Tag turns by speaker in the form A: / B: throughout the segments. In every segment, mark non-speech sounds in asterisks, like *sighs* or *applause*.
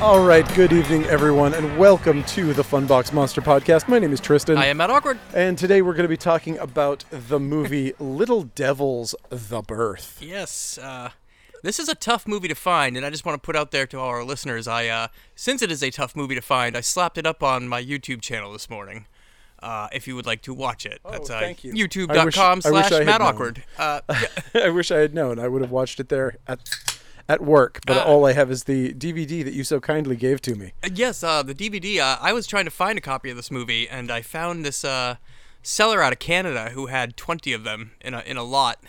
A: All right, good evening, everyone, and welcome to the Funbox Monster Podcast. My name is Tristan.
B: I am at awkward.
A: And today we're going to be talking about the movie
B: *laughs*
A: Little Devils The Birth. *laughs*
B: Yes, uh, this is a tough movie to find, and I just want to put out there to all our listeners. I, uh, since it is a tough movie to find, I slapped it up on my YouTube channel this morning. Uh, if you would like to watch it, that's uh,
A: Oh, thank you. I wish- I
B: YouTube.com
A: wish I
B: slash
A: had
B: Matt
A: known.
B: Awkward. Uh, *laughs* yeah,
A: I wish I had known. I would have watched it there at, at work,
B: Uh.
A: but all I have is the DVD that you so kindly gave to me.
B: yes, uh, the DVD. Uh, I was trying to find a copy of this movie, and I found this uh, seller out of Canada who had twenty of them in a in a lot,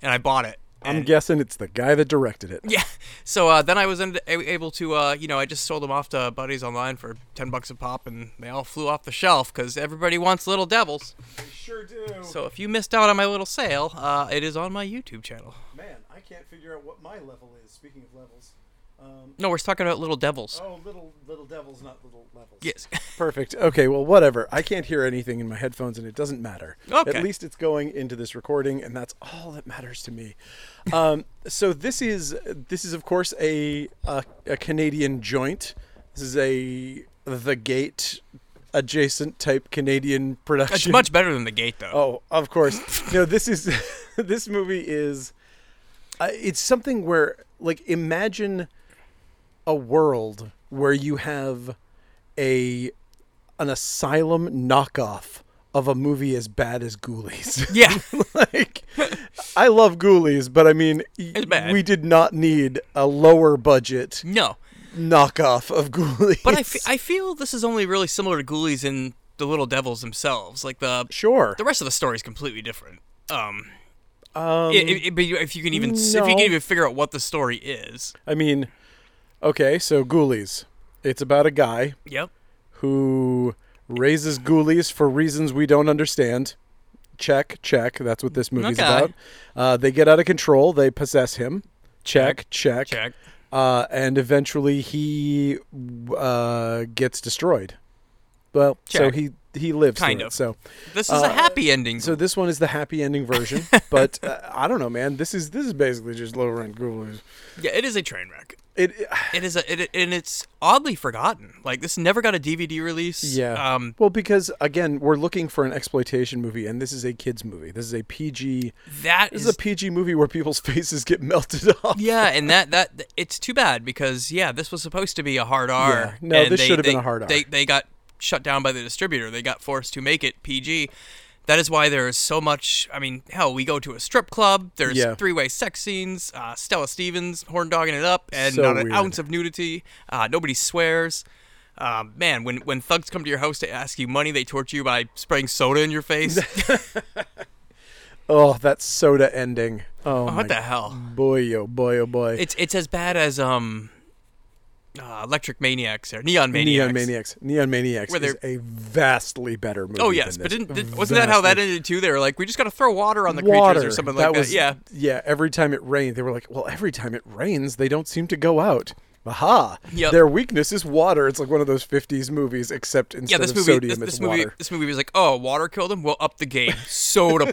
B: and I bought it.
A: I'm
B: And-
A: guessing it's the guy that directed it.
B: Yeah. So uh, then I was end- a- able to, uh, you know, I just sold them off to buddies online for ten bucks a pop, and they all flew off the shelf because everybody wants little devils.
A: Sure do.
B: So if you missed out on my little sale, uh, it is on my YouTube channel.
A: Man, I can't figure out what my level is. Speaking of levels, um,
B: No, we're talking about little devils.
A: oh, little little devils, not little levels.
B: Yes. *laughs*
A: Perfect. Okay. Well, whatever. I can't hear anything in my headphones, and it doesn't matter.
B: Okay.
A: At least it's going into this recording, and that's all that matters to me. Um, *laughs* so this is this is of course a a, a Canadian joint. This is a the gate adjacent type Canadian
B: It's
A: production.
B: much better than the gate, though.
A: Oh, of course. no, this is *laughs* this movie is uh, it's something where like imagine a world where you have a an asylum knockoff of a movie as bad as Ghoulies. *laughs*
B: *laughs* Yeah.
A: like I love Ghoulies, but I mean y-
B: It's bad.
A: we did not need a lower budget
B: no.
A: knockoff of Ghoulies.
B: But I, fe- I feel this is only really similar to Ghoulies in the little devils themselves. Like the
A: sure.
B: the rest of the story is completely different. Um. Um, but you- if you can even s if you
A: no.
B: can even figure out what the story is,
A: I mean okay, so Ghoulies. It's about a guy
B: yep.
A: who raises ghoulies for reasons we don't understand. Check, check. That's what this movie's
B: Okay.
A: about. Uh, they get out of control. They possess him. Check, check.
B: Check.
A: Uh, and eventually he uh, gets destroyed. Well, so
B: Check.
A: he he lives
B: Kind
A: through it,
B: of.
A: So
B: This is a happy ending.
A: Uh, so this one is the happy ending
B: *laughs*
A: version. but uh, I don't know, man. This is this is basically just low rent ghoulies.
B: yeah, it is a train wreck.
A: It
B: It is a it, and it's oddly forgotten. Like this never got a DVD release.
A: Yeah.
B: Um.
A: well, because again, we're looking for an exploitation movie, and this is a kids movie. This is a PG.
B: That
A: This
B: is.
A: is a PG movie where people's *laughs* faces get melted *laughs* off.
B: yeah, and that that it's too bad because yeah, this was supposed to be a hard R.
A: Yeah. No,
B: and
A: this
B: they-
A: should have been
B: they-
A: a hard R.
B: They they got shut down by the distributor. They got forced to make it PG. That is why there is so much. I mean, hell, we go to a strip club. There's
A: Yeah.
B: three-way sex scenes. Uh, Stella Stevens horn dogging it up, and
A: So
B: not an
A: weird.
B: ounce of nudity. Uh, nobody swears. Um, man, when when thugs come to your house to ask you money, they torture you by spraying soda in your
A: *laughs*
B: face.
A: Oh, that soda ending. Oh, my
B: what the hell?
A: boy, oh boy, oh boy.
B: It's it's as bad as um, uh, Electric Maniacs or Neon Maniacs.
A: Neon Maniacs. Neon Maniacs
B: Where
A: is a vastly better movie.
B: Oh yes,
A: than
B: but
A: this.
B: didn't, did wasn't that how that
A: Vastly.
B: ended too? They were like, we just gotta throw water on the
A: Water.
B: creatures or something like that.
A: was,
B: Yeah,
A: Yeah. Every time it rained, they were like, "Well, every time it rains, they don't seem to go out." Aha!
B: Yep.
A: Their weakness is water. It's like one of those '50s movies, except
B: yeah.
A: instead
B: This
A: of
B: movie,
A: sodium,
B: this,
A: it's
B: this movie,
A: water.
B: this movie was like, oh, water killed him. We'll up the game. Soda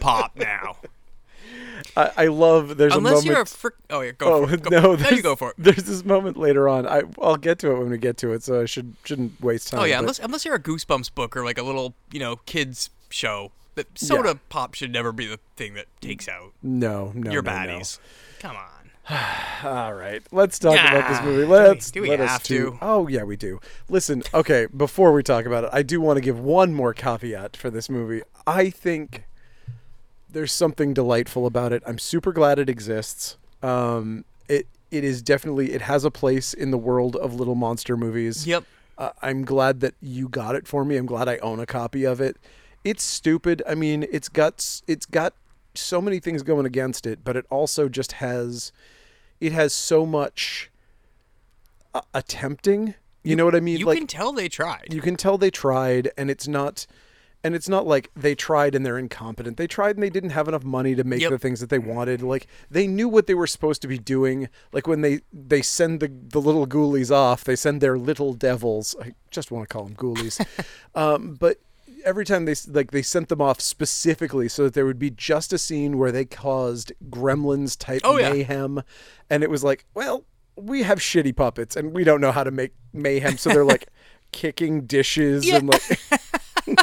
A: *laughs*
B: pop now.
A: I, I love. There's a
B: Unless
A: moment.
B: you're a frick. Oh yeah, go
A: Oh
B: for it.
A: *laughs*
B: Go,
A: no!
B: there
A: there's-
B: you go for it.
A: There's this moment later on. I I'll get to it when we get to it, so I should shouldn't waste time.
B: Oh yeah,
A: but-
B: unless unless you're a Goosebumps book or like a little you know kids show, but soda
A: Yeah.
B: pop should never be the thing that takes out
A: no, no,
B: your
A: no, no.
B: baddies.
A: *sighs*
B: Come on.
A: All right, let's talk about this
B: Ah,
A: movie.
B: do we-
A: Let's
B: do we
A: let us
B: have
A: do-
B: to?
A: Oh yeah, we do. Listen, okay. Before we talk about it, I do want to give one more caveat for this movie. I think there's something delightful about it. I'm super glad it exists. Um, it it is definitely it has a place in the world of little monster movies.
B: Yep.
A: Uh, I'm glad that you got it for me. I'm glad I own a copy of it. It's stupid. I mean, it's got s- it's got so many things going against it, but it also just has it has so much uh, attempting. You know what I mean?
B: You
A: like
B: can tell they tried.
A: you can tell they tried, and it's not and it's not like they tried and they're incompetent. They tried and they didn't have enough money to make
B: Yep.
A: the things that they wanted. Like they knew what they were supposed to be doing. Like when they they send the the little ghoulies off, they send their little devils. I just want to call them ghoulies, um, but. Every time they s- like they sent them off specifically so that there would be just a scene where they caused gremlins type
B: Oh, yeah.
A: mayhem, and it was like, well, we have shitty puppets and we don't know how to make mayhem, so they're
B: *laughs*
A: like kicking dishes and like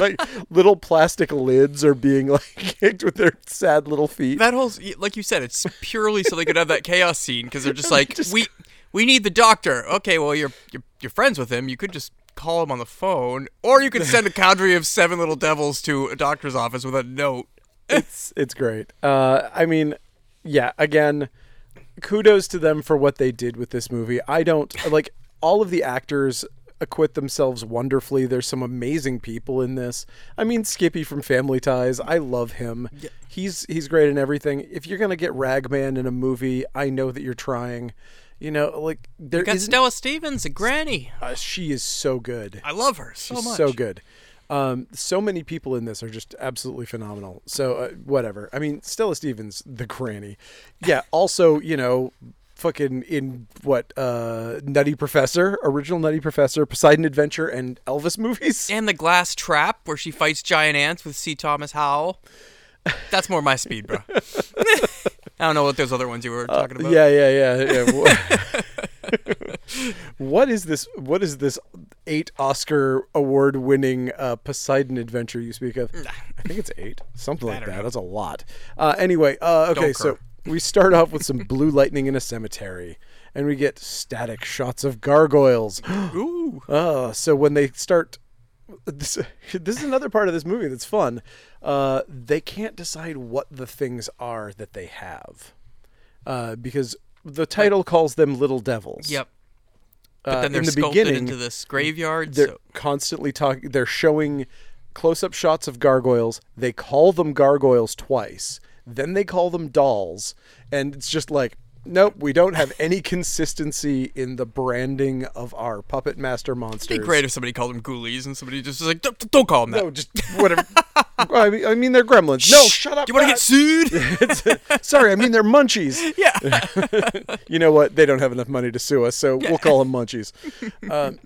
A: *laughs* like little plastic lids are being like *laughs* kicked with their sad little feet.
B: That whole, like you said, it's purely so they could have that chaos scene because they're *laughs* just like, we we need the doctor. Okay, well you're, you're you're friends with him. You could just call him on the phone, or you could send a cadre of seven little devils to a doctor's office with a note.
A: it's it's great. Uh, I mean, yeah. Again, kudos to them for what they did with this movie. I don't like all of the actors acquit themselves wonderfully. There's some amazing people in this. I mean, Skippy from Family Ties, I love him. He's he's great in everything. If you're gonna get Ragman in a movie, I know that you're trying. You know, like there
B: You got
A: is
B: Stella Stevens, a granny.
A: uh, she is so good.
B: I love her so
A: She's
B: much.
A: so good. Um, so many people in this are just absolutely phenomenal. So uh, whatever. I mean, Stella Stevens, the granny.
B: *laughs*
A: Yeah. Also, you know, fucking in what uh, Nutty Professor, original Nutty Professor, Poseidon Adventure, and Elvis movies.
B: And the glass trap where she fights giant ants with C. Thomas Howell. That's more my speed, *laughs* bro. I don't know what those other ones you
A: Uh,
B: were talking about.
A: Yeah, yeah, yeah.
B: *laughs*
A: yeah. Wha- what is this? What is this eight Oscar award winning uh, Poseidon Adventure you speak of? I think it's eight, something like that. That's a lot. Uh, anyway, uh, okay,
B: Don't
A: so
B: curse.
A: we start off with some blue lightning in a cemetery, and we get static shots of gargoyles. *gasps*
B: Ooh.
A: Oh, so when they start, this, this is another part of this movie that's fun. Uh, they can't decide what the things are that they have, uh, because the title calls them little devils.
B: Yep.
A: But
B: Then they're
A: Uh, in the
B: sculpted
A: beginning,
B: into this graveyard.
A: they're
B: so-
A: constantly talking. They're showing close-up shots of gargoyles. They call them gargoyles twice. Then they call them dolls, and it's just like. Nope, we don't have any consistency in the branding of our puppet master monsters.
B: It'd be great if somebody called them ghoulies and somebody just was like, "Don't- don't call them that.
A: No, just whatever. *laughs* Well, I mean, I mean, they're gremlins. No, shut up.
B: Do you want to
A: *laughs*
B: get sued? *laughs*
A: get? Sorry, I mean they're munchies. *laughs*
B: yeah.
A: You know what? They don't have enough money to sue us, so we'll call them
B: *laughs*
A: munchies. Um,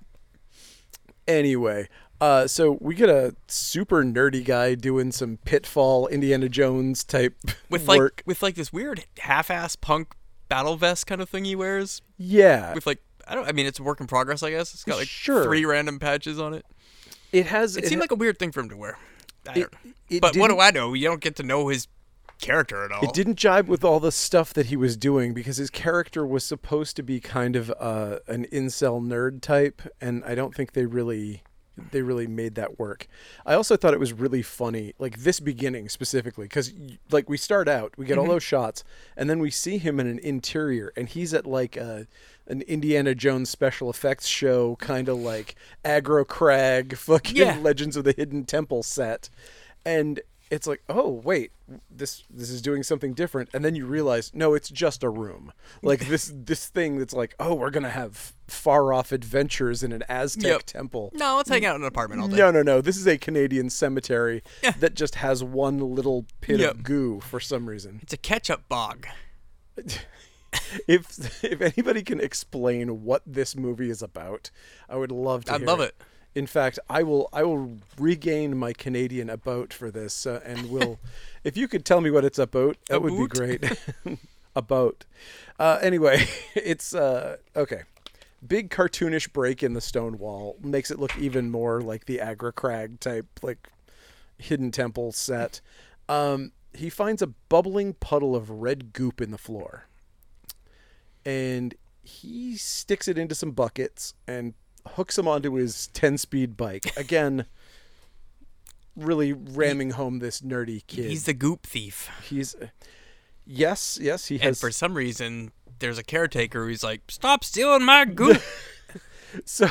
A: anyway, uh, so we get a super nerdy guy doing some pitfall Indiana Jones type
B: With like
A: work.
B: with like this weird half-ass punk battle vest kind of thing he wears.
A: yeah,
B: With like I don't. I mean, it's a work in progress, I guess. It's got like
A: Sure.
B: three random patches on it.
A: it has.
B: It, seemed like a weird thing for him to wear. I
A: It-
B: don't know.
A: it
B: but what do
A: didn't-
B: I know? You don't get to know his character at all.
A: It didn't jibe with all the stuff that he was doing because his character was supposed to be kind of uh, an incel nerd type, and I don't think they really they really made that work. I also thought it was really funny, like this beginning specifically, because like we start out, we get all those shots, and then we see him in an interior, and he's at like a an Indiana Jones special effects show, kind of like aggro crag, *laughs* fucking
B: Yeah.
A: Legends of the Hidden Temple set, and it's like, oh wait, this this is doing something different, and then you realize, no, it's just a room. Like
B: *laughs*
A: this this thing that's like, oh, we're gonna have far off adventures in an Aztec
B: Yep.
A: temple.
B: No, let's hang out in an apartment all day.
A: No, no, no. This is a Canadian cemetery that just has one little pit
B: Yep.
A: of goo for some reason.
B: It's a ketchup bog.
A: If if anybody can explain what this movie is about, I would love to.
B: I'd
A: hear
B: love it.
A: In fact, I will I will regain my Canadian about for this, uh, and will if you could tell me what it's about, that would be
B: About?
A: great. *laughs* about. Uh, anyway, *laughs* it's uh, okay. Big cartoonish break in the stone wall makes it look even more like the Agra Crag type, like hidden temple set. Um, he finds a bubbling puddle of red goop in the floor and he sticks it into some buckets and hooks them onto his 10 speed
B: *laughs*
A: bike. Again, really ramming home this nerdy kid.
B: He's the goop thief.
A: He's- yes, yes, he
B: And
A: has.
B: for some reason, there's a caretaker who's like, "Stop stealing my goop."
A: *laughs* So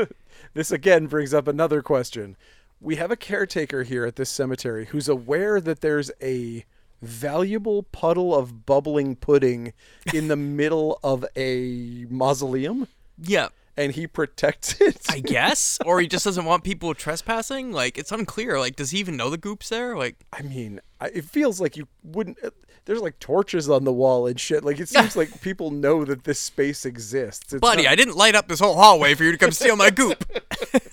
A: *laughs* this again brings up another question. We have a caretaker here at this cemetery who's aware that there's a valuable puddle of bubbling pudding in
B: *laughs*
A: the middle of a mausoleum
B: yeah.
A: and he protects it.
B: I guess, or he just doesn't want people trespassing. Like it's unclear. Like does he even know the goop's there? Like
A: I mean, I, it feels like you wouldn't. uh, There's like torches on the wall and shit.
B: *laughs*
A: Like it seems like people know that this space exists. It's
B: buddy, I didn't light up this whole hallway for you to come steal my goop.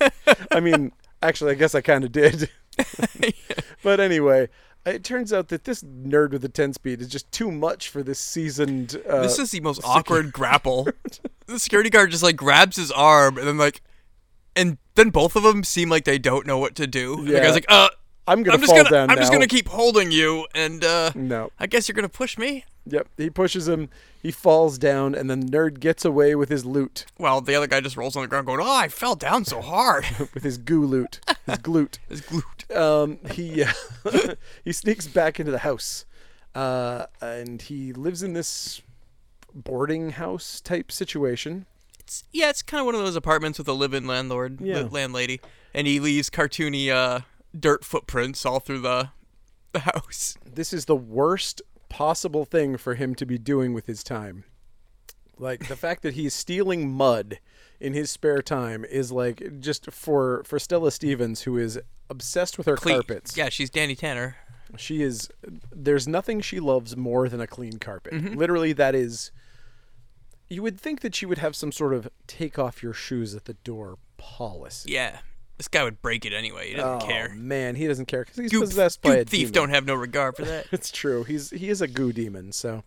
B: *laughs*
A: not- I mean, actually, I guess I kind of did. *laughs* but anyway, It turns out that this nerd with a 10 speed is just too much for this seasoned. Uh,
B: This is the most awkward grapple. *laughs* The security guard just like grabs his arm and then like, and then both of them seem like they don't know what to do. And the
A: Yeah.
B: guy's like, uh,
A: I'm gonna
B: I'm just
A: fall
B: gonna,
A: down
B: I'm just
A: now.
B: gonna keep holding you, and uh,
A: No.
B: I guess you're gonna push me.
A: Yep. He pushes him. He falls down, and the nerd gets away with his loot,
B: Well, the other guy just rolls on the ground, going, "Oh, I fell down so hard."
A: *laughs*
B: *laughs*
A: with his goo loot, his glute.
B: It's glued.
A: Um, he *laughs* uh, he sneaks back into the house, uh, and he lives in this boarding house type situation.
B: It's, yeah, it's kind of one of those apartments with a live-in landlord,
A: Yeah.
B: la- landlady, and he leaves cartoony uh, dirt footprints all through the the house.
A: This is the worst possible thing for him to be doing with his time. Like the fact that he's stealing mud in his spare time is like just for for Stella Stevens, who is obsessed with her
B: Cle-
A: carpets.
B: Yeah, she's Danny Tanner.
A: She is. There's nothing she loves more than a clean carpet.
B: Mm-hmm.
A: Literally, that is. You would think that she would have some sort of take off your shoes at the door policy.
B: Yeah, this guy would break it anyway. He doesn't
A: oh
B: care.
A: man, he doesn't care because he's
B: You
A: possessed by a demon.
B: thief don't have no regard
A: *laughs*
B: for that.
A: It's true. He's he is a goo demon, so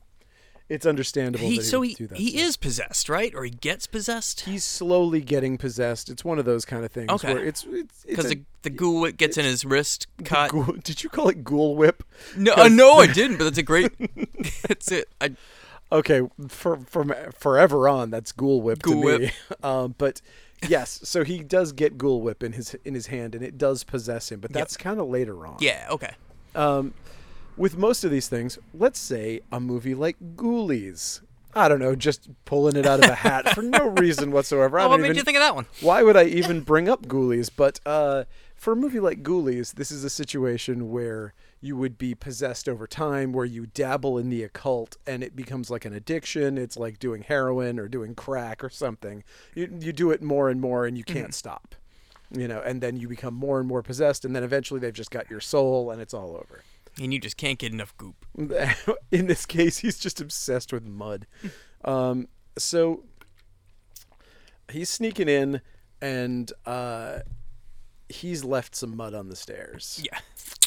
A: it's understandable.
B: he
A: that he
B: so
A: would
B: he
A: do that
B: he
A: to her.
B: is possessed, right? Or he gets possessed
A: He's slowly getting possessed. It's one of those kind of things
B: Okay.
A: where it's it's, it's
B: because
A: a
B: the the ghoul gets in his wrist. Caught.
A: ghoul- did you call it ghoul whip?
B: No, uh, no, I didn't. But that's
A: *laughs*
B: a great. it's it. I
A: Okay, for, from forever on, that's Ghoul Whip
B: Ghoul
A: to
B: Whip.
A: me. *laughs* Um, but yes, so he does get Ghoul Whip in his in his hand, and it does possess him. But that's kind of later on.
B: yeah. Okay.
A: Um, with most of these things, let's say a movie like Ghoulies. I don't know, just pulling it out of a hat for
B: *laughs*
A: no reason whatsoever. I
B: Oh, what
A: haven't
B: made
A: even-
B: you think of that one?
A: why would I even bring up Ghoulies? But uh, for a movie like Ghoulies, this is a situation where you would be possessed over time, where you dabble in the occult and it becomes like an addiction. It's like doing heroin or doing crack or something. You, you do it more and more and you
B: Mm-hmm.
A: can't stop, you know, and then you become more and more possessed. And then eventually they've just got your soul and it's all over.
B: And you just can't get enough goop.
A: *laughs* in this case, he's just obsessed with
B: *laughs*
A: mud. Um, so he's sneaking in, and uh, he's left some mud on the stairs.
B: Yeah.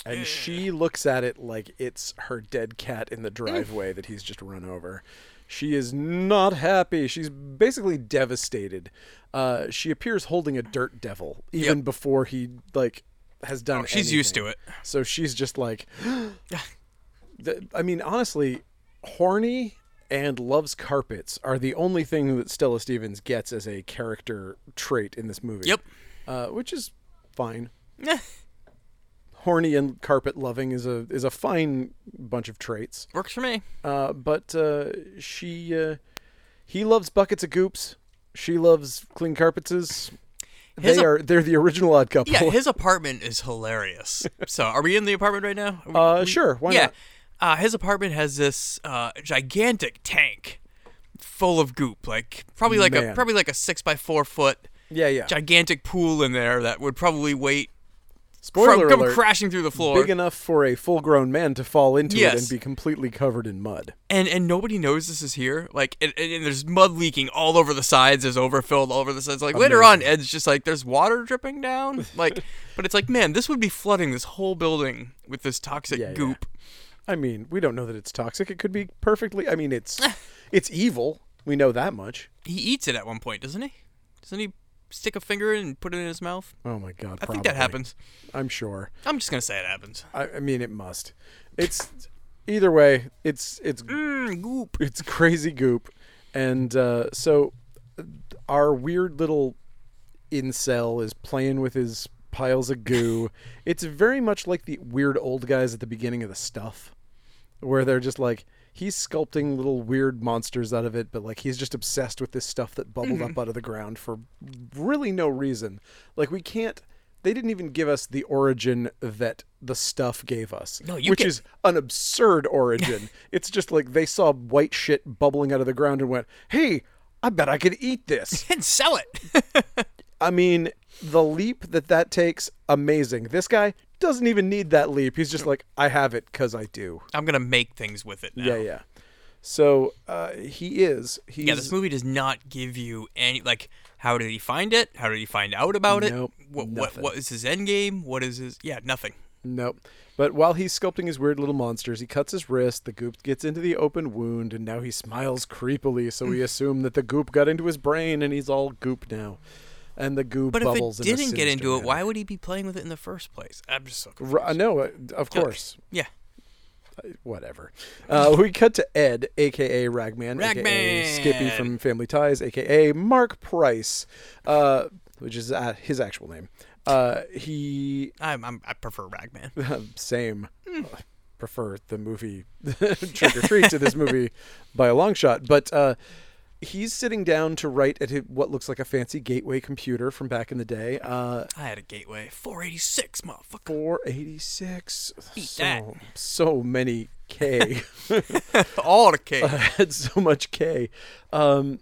A: And she looks at it like it's her dead cat in the driveway that he's just run over. She is not happy. She's basically devastated. Uh, she appears holding a dirt devil even before he like has done.
B: Oh, she's used
A: anything.
B: to it.
A: So she's just like, Th- I mean, honestly, horny and loves carpets are the only thing that Stella Stevens gets as a character trait in this movie.
B: Yep.
A: Uh, which is fine.
B: *laughs*
A: Horny and carpet loving is a is a fine bunch of traits.
B: Works for me.
A: Uh, but uh, she, uh, he loves buckets of goops. She loves clean carpetses.
B: His
A: They
B: ap-
A: are they're the original odd couple. *laughs*
B: Yeah, his apartment is hilarious. so, are we in the apartment right now? Are we-
A: uh, sure. Why
B: yeah.
A: not?
B: Uh, his apartment has this uh, gigantic tank full of goop, like probably like a
A: Man.
B: probably like a six by four foot
A: Yeah, yeah.
B: gigantic pool in there that would probably wait
A: Spoiler
B: from come
A: alert.
B: crashing through the floor.
A: big enough for a full grown man to fall into it
B: Yes.
A: and be completely covered in mud.
B: and and nobody knows this is here. Like, and, and, and there's mud leaking all over the sides. There's overfilled all over the sides. Like later on, Ed's just like, "There's water
A: *laughs*
B: dripping down." Like, but it's like, man, this would be flooding this whole building with this toxic
A: Yeah, yeah.
B: goop.
A: I mean, we don't know that it's toxic. It could be perfectly. I mean,
B: *laughs*
A: it's it's evil. We know that much.
B: He eats it at one point, doesn't he? Doesn't he stick a finger in and put it in his mouth?
A: Oh my god!
B: I think that happens.
A: I'm sure.
B: I'm just gonna say it happens.
A: I, I mean, it must. It's either way. It's it's
B: Mm, goop.
A: it's crazy goop, and uh, so our weird little incel is playing with his piles of
B: *laughs*
A: goo. it's very much like the weird old guys at the beginning of the stuff, where they're just like he's sculpting little weird monsters out of it, but like he's just obsessed with this stuff that bubbled
B: Mm-hmm.
A: up out of the ground for really no reason. Like we can't. They didn't even give us the origin that the stuff gave us,
B: No, you
A: which
B: get-
A: is an absurd
B: *laughs*
A: origin. it's just like they saw white shit bubbling out of the ground and went, "Hey, I bet I could eat this."
B: And sell it. *laughs*
A: I mean, the leap that that takes, amazing. This guy doesn't even need that leap. He's just like, I have it because I do.
B: I'm gonna make things with it now.
A: Yeah, yeah. So uh, he is. He's,
B: Yeah, this movie does not give you any like how did he find it? How did he find out about it?
A: Nope,
B: what, what
A: nothing.
B: what is his end game? What is his Yeah, nothing.
A: Nope. But while he's sculpting his weird little monsters, he cuts his wrist. The goop gets into the open wound, and now he smiles creepily. So
B: *laughs*
A: we assume that the goop got into his brain, and he's all goop now. And the goo
B: But if it
A: bubbles. in a
B: didn't get
A: sinister
B: into it,
A: manner.
B: why would he be playing with it in the first place? I'm just so confused.
A: R- uh, no, uh, of course.
B: Yeah.
A: Whatever. Uh, we cut to Ed, aka Ragman, aka
B: Ragman!
A: Skippy from Family Ties, aka Mark Price, uh, which is uh, his actual name. Uh, he *laughs*
B: I'm, I'm, I prefer Ragman.
A: same.
B: Hmm.
A: I prefer the movie *laughs* Trick or Treat to this
B: *laughs*
A: movie by a long shot. But uh, he's sitting down to write at his, what looks like a fancy gateway computer from back in the day. Uh,
B: I had a gateway. 486,
A: *laughs*
B: motherfucker.
A: 486.
B: Beat
A: so,
B: that.
A: so many
B: *laughs*
A: K.
B: All the cake.
A: I *laughs* had so much K. Um,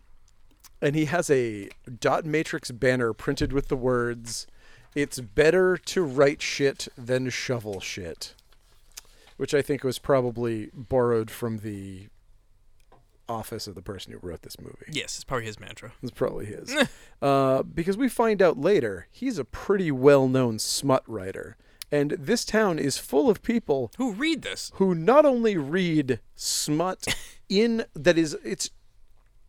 A: and he has a dot matrix banner printed with the words, It's better to write shit than shovel shit. Which I think was probably borrowed from the office of the person who wrote this movie.
B: *laughs* yes, it's probably his mantra.
A: It's probably his. uh, because we find out later, he's a pretty well known smut writer. And this town is full of people
B: Who read this?
A: who not only read smut in that is it's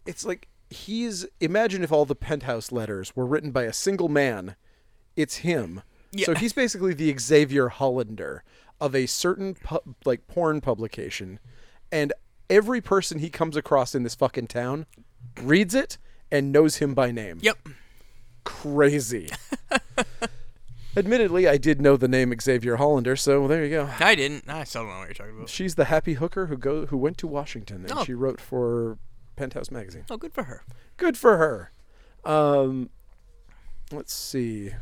A: it's like he's imagine if all the penthouse letters were written by a single man it's him so
B: Yeah.
A: he's basically the xavier hollander of a certain pu- like porn publication and every person he comes across in this fucking town reads it and knows him by name
B: Yep.
A: crazy admittedly i did know the name xavier hollander so there you go
B: I didn't. I still don't know what you're talking about.
A: She's the happy hooker who go who went to Washington and
B: Oh.
A: she wrote for Penthouse magazine.
B: Oh, good for her.
A: Good for her. Um, let's see.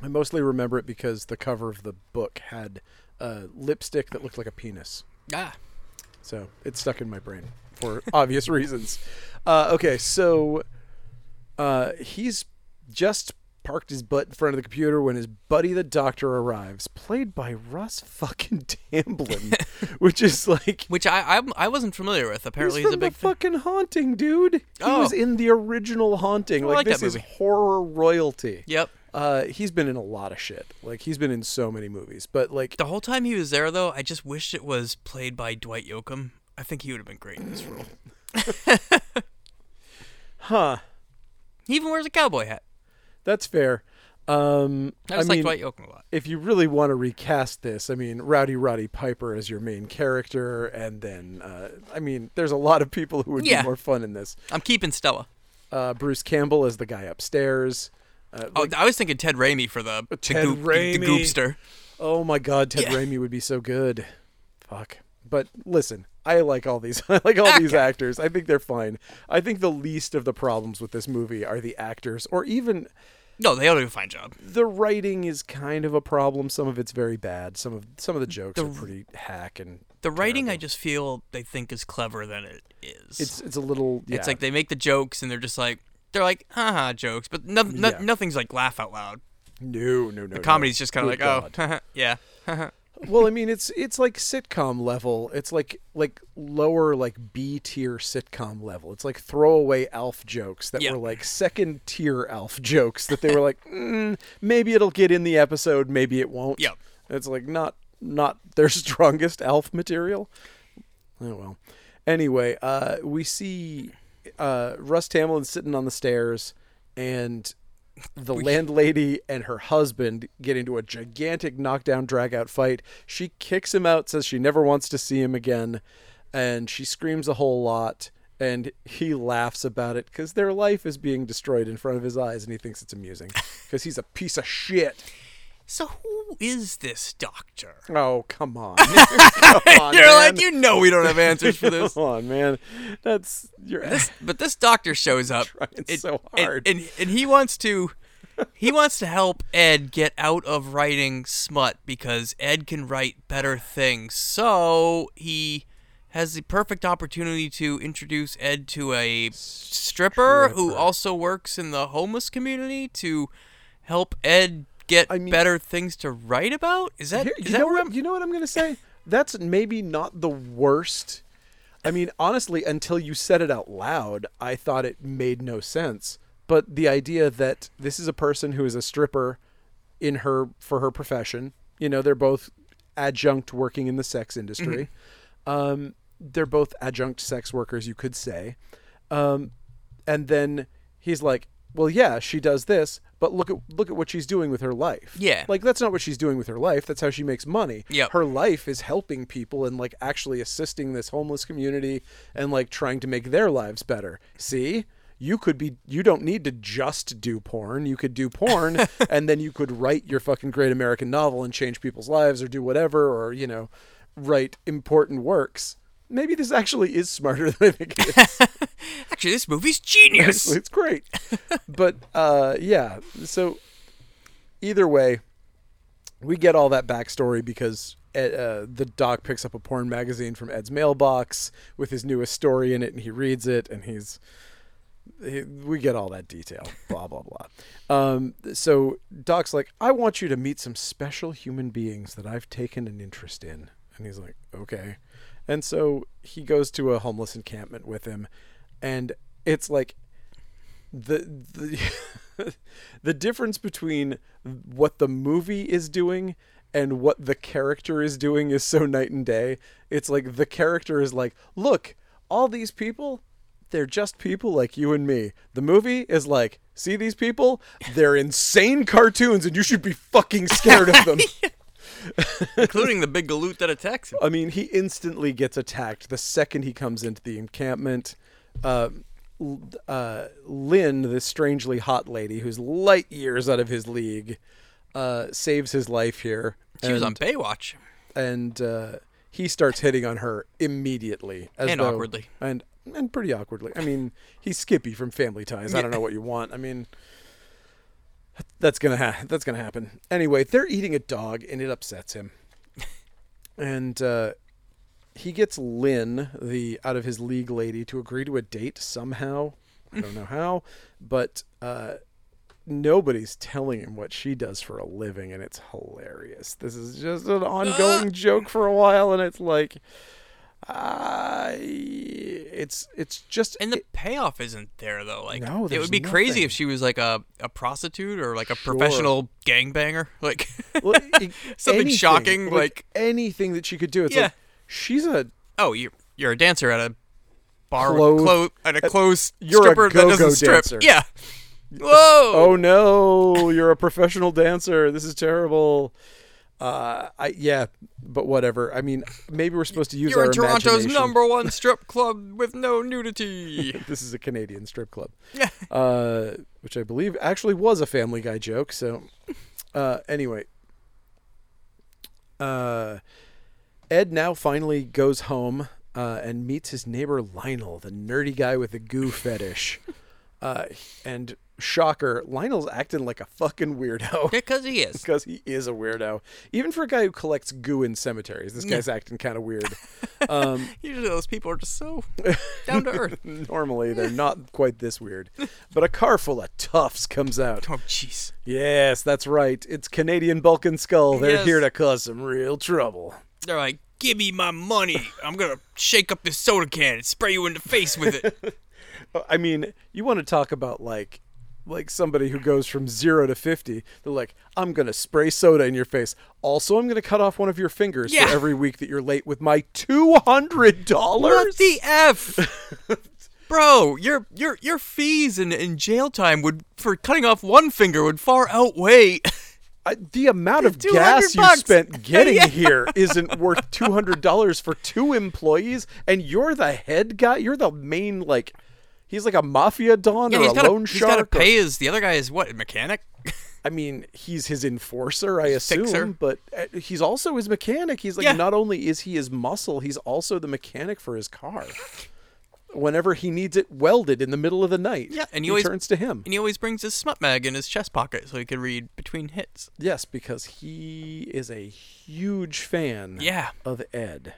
A: I mostly remember it because the cover of the book had a lipstick that looked like a penis,
B: Ah.
A: so it stuck in my brain for obvious reasons. Uh, okay, so uh, he's just parked his butt in front of the computer when his buddy the doctor arrives, played by Russ fucking Tamblin, which is like
B: Which I, I'm, I wasn't familiar with. Apparently,
A: he's
B: he's,
A: from
B: a big
A: the
B: thing.
A: fucking haunting, dude. He
B: Oh.
A: was in the original haunting. Like,
B: like
A: this
B: that
A: is
B: movie.
A: horror royalty.
B: Yep.
A: Uh, he's been in a lot of shit. Like he's been in so many movies, but like
B: The whole time he was there, though, I just wished it was played by Dwight Yoakam. I think he would have been great in this role.
A: *laughs* huh,
B: He even wears a cowboy hat.
A: that's fair. Um,
B: I
A: I
B: just
A: mean,
B: like Dwight Yoakam a lot.
A: if you really want to recast this, I mean, Rowdy Roddy Piper as your main character, and then uh, I mean, there's a lot of people who would
B: Yeah.
A: be more fun in this.
B: I'm keeping Stella.
A: Uh, Bruce Campbell as the guy upstairs. Uh,
B: Oh, I was thinking Ted Raimi for the, the,
A: Ted
B: goop, the
A: Raimi.
B: goopster.
A: Oh my God, Ted
B: Yeah.
A: Raimi would be so good. Fuck. But listen, I like all these. *laughs* I like
B: Ah,
A: all these actors. I think they're fine. I think the least of the problems with this movie are the actors, or even
B: No, they all do a fine job.
A: the writing is kind of a problem. Some of it's very bad. Some of some of the jokes are pretty hack, and
B: The writing, I just feel they think is cleverer than it is.
A: it's it's a little. Yeah.
B: It's like they make the jokes and they're just like they're like haha jokes, but no, no,
A: Yeah.
B: nothing's like laugh out loud.
A: no, no, no. The
B: Comedy's just kind of like
A: God.
B: oh haha, *laughs* yeah. haha."
A: well, I mean, it's it's like sitcom level. It's like like lower like B tier sitcom level. It's like throwaway Alf jokes that
B: Yeah.
A: were like second tier Alf jokes that they were like, *laughs* mm, maybe it'll get in the episode, maybe it won't.
B: Yeah.
A: it's like not not their *laughs* strongest Alf material. Oh well. Anyway, uh, we see uh, Russ Tamlin sitting on the stairs, and the landlady and her husband get into a gigantic knockdown dragout fight. She kicks him out, says she never wants to see him again, and she screams a whole lot. And he laughs about it because their life is being destroyed in front of his eyes, and he thinks it's
B: *laughs*
A: amusing because he's a piece of shit.
B: So who is this doctor?
A: Oh, come
B: *laughs*
A: on. come on,
B: You're
A: man.
B: like you know we don't have answers for
A: *laughs*
B: this,
A: Come on, man. That's your ass.
B: but this doctor shows up.
A: Trying
B: and-
A: so
B: and-
A: hard.
B: and, and, he wants to. He wants to help Ed get out of writing smut because Ed can write better things. So he has the perfect opportunity to introduce Ed to a stripper, who also works in the homeless community to help Ed get
A: I mean-
B: better things to write about. Is that is
A: Here- you,
B: that
A: know
B: where
A: what,
B: I'm-
A: you know what I'm going to say? That's maybe not the worst. I mean, honestly, until you said it out loud, I thought it made no sense. But the idea that this is a person who is a stripper in her for her profession You know, they're both adjunct working in the sex industry.
B: Mm-hmm.
A: Um, they're both adjunct sex workers, you could say. Um, and then he's like, "Well, yeah, she does this, but look at look at what she's doing with her life.
B: Yeah.
A: like that's not what she's doing with her life. That's how she makes money.
B: Yep.
A: her life is helping people and like actually assisting this homeless community and like trying to make their lives better. See." You could be. You don't need to just do porn. You could do porn,
B: *laughs*
A: and then you could write your fucking great American novel and change people's lives, or do whatever, or you know, write important works. Maybe this actually is smarter *laughs* than I think it is.
B: Actually,
A: *laughs*
B: this movie's genius.
A: It's great. but uh, yeah, so either way, we get all that backstory because Ed, uh, the doc picks up a porn magazine from Ed's mailbox with his newest story in it, and he reads it, and he's. he- We get all that detail, blah blah blah. Um, so Doc's like, "I want you to meet some special human beings that I've taken an interest in," and he's like, "Okay." And so he goes to a homeless encampment with him, and it's like the the *laughs* the difference between what the movie is doing and what the character is doing is so night and day. It's like the character is like, look, all these people, they're just people like you and me. The movie is like, see these people? They're insane cartoons and you should be fucking scared of them.
B: including the big galoot that attacks him.
A: I mean, he instantly gets attacked the second he comes into the encampment. Uh, L- uh, Lynn, this strangely hot lady who's light years out of his league, uh, saves his life here.
B: She was on Baywatch.
A: and uh, he starts hitting on her immediately. As
B: And
A: though-
B: awkwardly.
A: And, and pretty awkwardly. I mean, he's Skippy from Family Ties. I don't know what you want. I mean, that's gonna ha- that's gonna happen anyway. They're eating a dog, and it upsets him, and uh, he gets Lynn, the out of his league lady, to agree to a date somehow. I don't know how, but uh, nobody's telling him what she does for a living, and it's hilarious. This is just
B: Ah!
A: an ongoing joke for a while, and it's like, uh, it's it's just
B: And the payoff isn't there though. Like
A: No,
B: it
A: there's
B: would be crazy
A: nothing.
B: if she was like a, a prostitute or like a professional gangbanger. *laughs* Like
A: well, i-
B: Something
A: anything,
B: shocking, like-
A: anything that she could do. It's
B: Yeah.
A: like she's a
B: oh, you you're a dancer at a bar
A: Clothed-
B: with clo- at a closed
A: you're a
B: stripper that
A: go-go
B: doesn't strip.
A: dancer.
B: Yeah. Whoa.
A: oh no, you're a professional dancer. This is terrible. Uh, I yeah, but whatever. I mean, maybe we're supposed to use
B: You're
A: our
B: in Toronto's
A: imagination. *laughs*
B: number one strip club with no nudity. *laughs*
A: This is a Canadian strip club, uh, which I believe actually was a Family Guy joke. So, uh, anyway, uh, Ed now finally goes home uh, and meets his neighbor Lionel, the nerdy guy with the
B: *laughs*
A: goo fetish. Uh, and shocker, Lionel's acting like a fucking weirdo
B: Because he is.
A: because he is a weirdo. Even for a guy who collects goo in cemeteries, this guy's acting kind of weird.
B: *laughs*
A: Um,
B: Usually those people are
A: *laughs*
B: just so down to earth.
A: normally, they're not quite this weird. But a car full of toughs comes out.
B: Oh jeez.
A: Yes, that's right. It's Canadian Bulk and Skull. They're
B: Yes.
A: here to cause some real trouble.
B: They're like, give me my money. I'm gonna shake up this soda can and spray you in the
A: *laughs*
B: face with it.
A: I mean, you want to talk about like like somebody who goes from 0 to 50. They're like, "I'm going to spray soda in your face. Also, I'm going to cut off one of your fingers
B: Yeah.
A: for every week that you're late with my $200."
B: What the
A: *laughs*
B: f, bro? Your your your fees and, and jail time would for cutting off one finger would far outweigh. *laughs*
A: I, the amount of
B: 200
A: gas you
B: bucks. *laughs*
A: spent getting
B: Yeah.
A: here isn't worth two hundred dollars for two employees, and you're the head guy. You're the main like, he's like a mafia don or
B: he's
A: a
B: gotta,
A: loan
B: he's
A: shark.
B: gotta
A: or-
B: pay his. The other guy is what a mechanic. *laughs*
A: I mean, he's his enforcer, I assume,
B: fixer.
A: but uh, he's also his mechanic. He's like,
B: Yeah.
A: not only is he his muscle, he's also the mechanic for his car. Whenever he needs it welded in the middle of the night,
B: Yeah, and he
A: he
B: always-
A: turns to him.
B: And he always brings his smut mag in his chest pocket so he can read between hits.
A: Yes, because he is a huge fan
B: Yeah.
A: of Ed,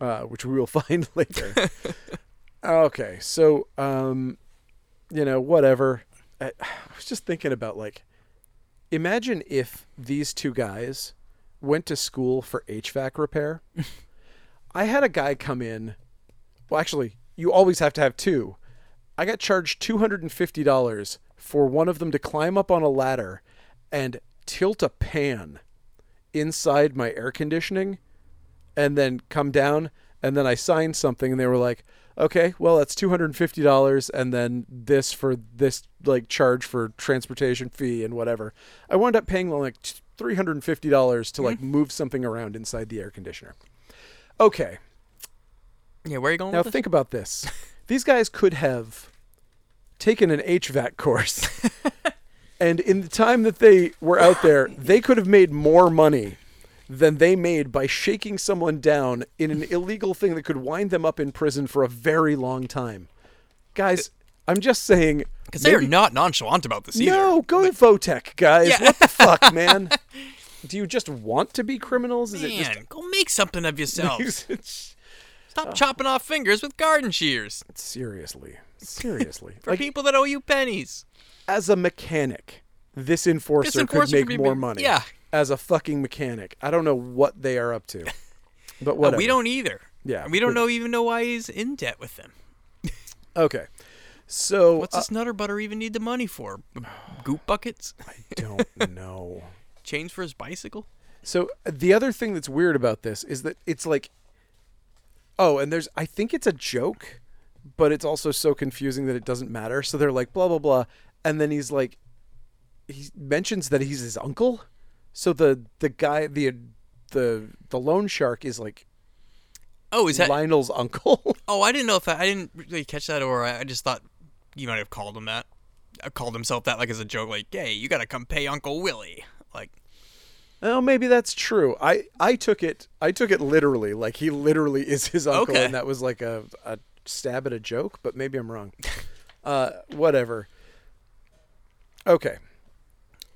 A: uh, which we will *laughs* find later. okay, so, um, you know, whatever. I, I was just thinking about, like, imagine if these two guys went to school for HVAC repair. I had a guy come in. Well, actually, you always have to have two. I got charged $250 for one of them to climb up on a ladder and tilt a pan inside my air conditioning and then come down and then I signed something and they were like, "Okay, well, that's $250 and then this for this like charge for transportation fee and whatever." I wound up paying like $350 to like move something around inside the air conditioner. Okay.
B: Yeah, where are you going
A: Now
B: with this?
A: think about this. These guys could have taken an HVAC course. and in the time that they were out there, they could have made more money than they made by shaking someone down in an illegal thing that could wind them up in prison for a very long time. Guys, I'm just saying
B: Because they are
A: maybe-
B: not nonchalant about this either.
A: No, go to Votech, guys. What the fuck, man? Do you just want to be criminals? Is
B: Man, go make something of
A: *laughs* it
B: yourself.
A: just It's-
B: Stop chopping off fingers with garden shears
A: seriously? Seriously.
B: for people that owe you pennies.
A: as a mechanic, this enforcer,
B: enforcer could
A: could
B: be-
A: make more money.
B: yeah.
A: As a fucking mechanic. I don't know what they are up to.
B: *laughs*
A: But whatever.
B: Uh, We don't either.
A: Yeah,
B: And we don't
A: we're-
B: know even know why he's in debt with them.
A: Okay. So
B: What's
A: uh,
B: this nutter butter even need the money for? B- Goop buckets?
A: *sighs* I
B: *laughs*
A: don't know.
B: Chains for his bicycle?
A: So uh, the other thing that's weird about this is that it's like Oh, and there's I think it's a joke, but it's also so confusing that it doesn't matter. So they're like blah blah blah and then he's like he mentions that he's his uncle. So the the guy the the the loan shark is like
B: Oh, is that?
A: Lionel's uncle. *laughs*
B: Oh, I didn't know if that, I didn't really catch that, or I I just thought you might have called him that. Uh, called himself that like as a joke, like, "Hey, you gotta come pay Uncle Willie." Like,
A: Oh, maybe that's true. I I took it I took it literally. Like he literally is his uncle,
B: Okay.
A: and that was like a, a stab at a joke. But maybe I'm wrong. uh, whatever. Okay.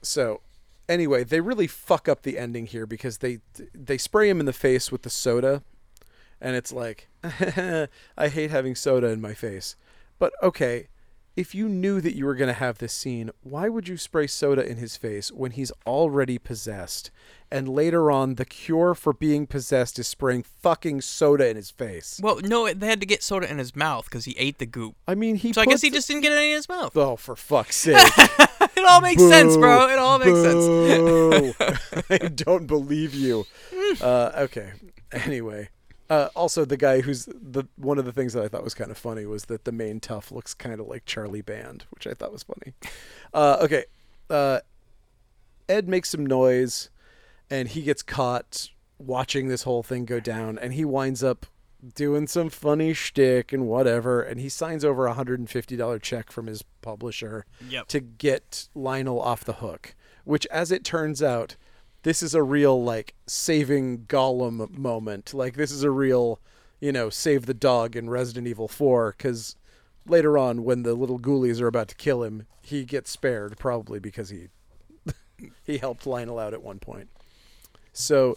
A: So, anyway, they really fuck up the ending here because they they spray him in the face with the soda, and it's like *laughs* I hate having soda in my face. But okay, if you knew that you were going to have this scene, why would you spray soda in his face when he's already possessed? And later on, the cure for being possessed is spraying fucking soda in his face.
B: well, no, they had to get soda in his mouth because he ate the goop.
A: I mean, he.
B: So I guess
A: puts-
B: he just didn't get any in his mouth.
A: Oh, for fuck's sake!
B: *laughs*
A: *laughs*
B: It all makes sense, bro. It all makes sense. *laughs*
A: sense. I don't believe you. Uh, okay. Anyway, uh, also the guy who's the one of the things that I thought was kind of funny was that the main tough looks kind of like Charlie Band, which I thought was funny. Uh, okay. Uh, Ed makes some noise, and he gets caught watching this whole thing go down, and he winds up doing some funny shtick and whatever, and he signs over a hundred and fifty dollar check from his publisher
B: Yep.
A: to get Lionel off the hook. Which, as it turns out, this is a real like saving Gollum moment. Like this is a real, you know, save the dog in Resident Evil Four because. Later on, when the little ghoulies are about to kill him, he gets spared probably because he *laughs* he helped Lionel out at one point. So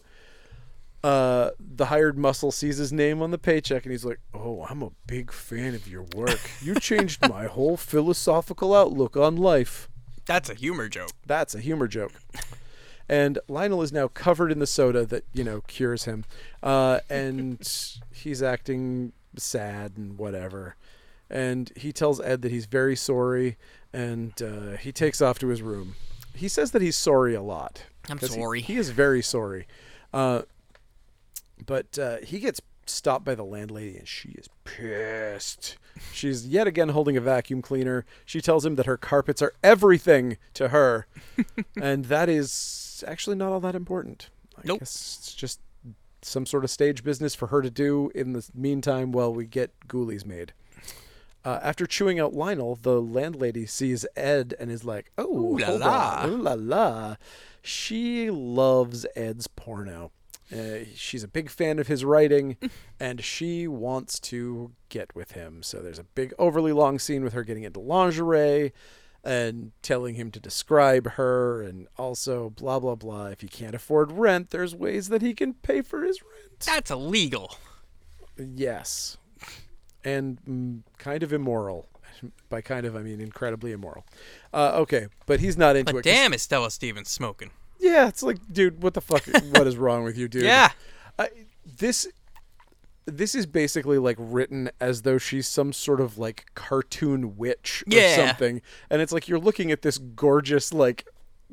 A: uh, the hired muscle sees his name on the paycheck and he's like, Oh, I'm a big fan of your work.
B: *laughs*
A: You changed my whole philosophical outlook on life.
B: That's a humor joke.
A: That's a humor joke. And Lionel is now covered in the soda that, you know, cures him. Uh,
B: *laughs*
A: and he's acting sad and whatever. And he tells Ed that he's very sorry and uh, he takes off to his room. He says that he's sorry a lot.
B: I'm
A: 'cause he-
B: sorry.
A: He, is very sorry. Uh, but uh, he gets stopped by the landlady and she is pissed. She's yet again holding a vacuum cleaner. She tells him that her carpets are everything to
B: *laughs*
A: her. and that is actually not all that important. I
B: Nope.
A: guess it's just some sort of stage business for her to do in the meantime while we get ghoulies made. Uh, after chewing out Lionel, the landlady sees Ed and is like, "Oh,
B: Ooh la
A: hold
B: la."
A: on, ooh la la." She loves Ed's porno. Uh, she's a big fan of his writing, and she wants to get with him. So there's a big, overly long scene with her getting into lingerie and telling him to describe her, and also blah blah blah. If he can't afford rent, there's ways that he can pay for his rent.
B: That's illegal.
A: Yes. And mm, kind of immoral. By kind of, I mean incredibly immoral. Uh, okay, but he's not into
B: But
A: it. 'cause-
B: damn, is Stella Stevens smoking?
A: Yeah, it's like, dude, what the
B: *laughs*
A: fuck? what is wrong with you, dude?
B: Yeah.
A: I, this this is basically like written as though she's some sort of like cartoon witch or
B: Yeah.
A: something and it's like you're looking at this gorgeous like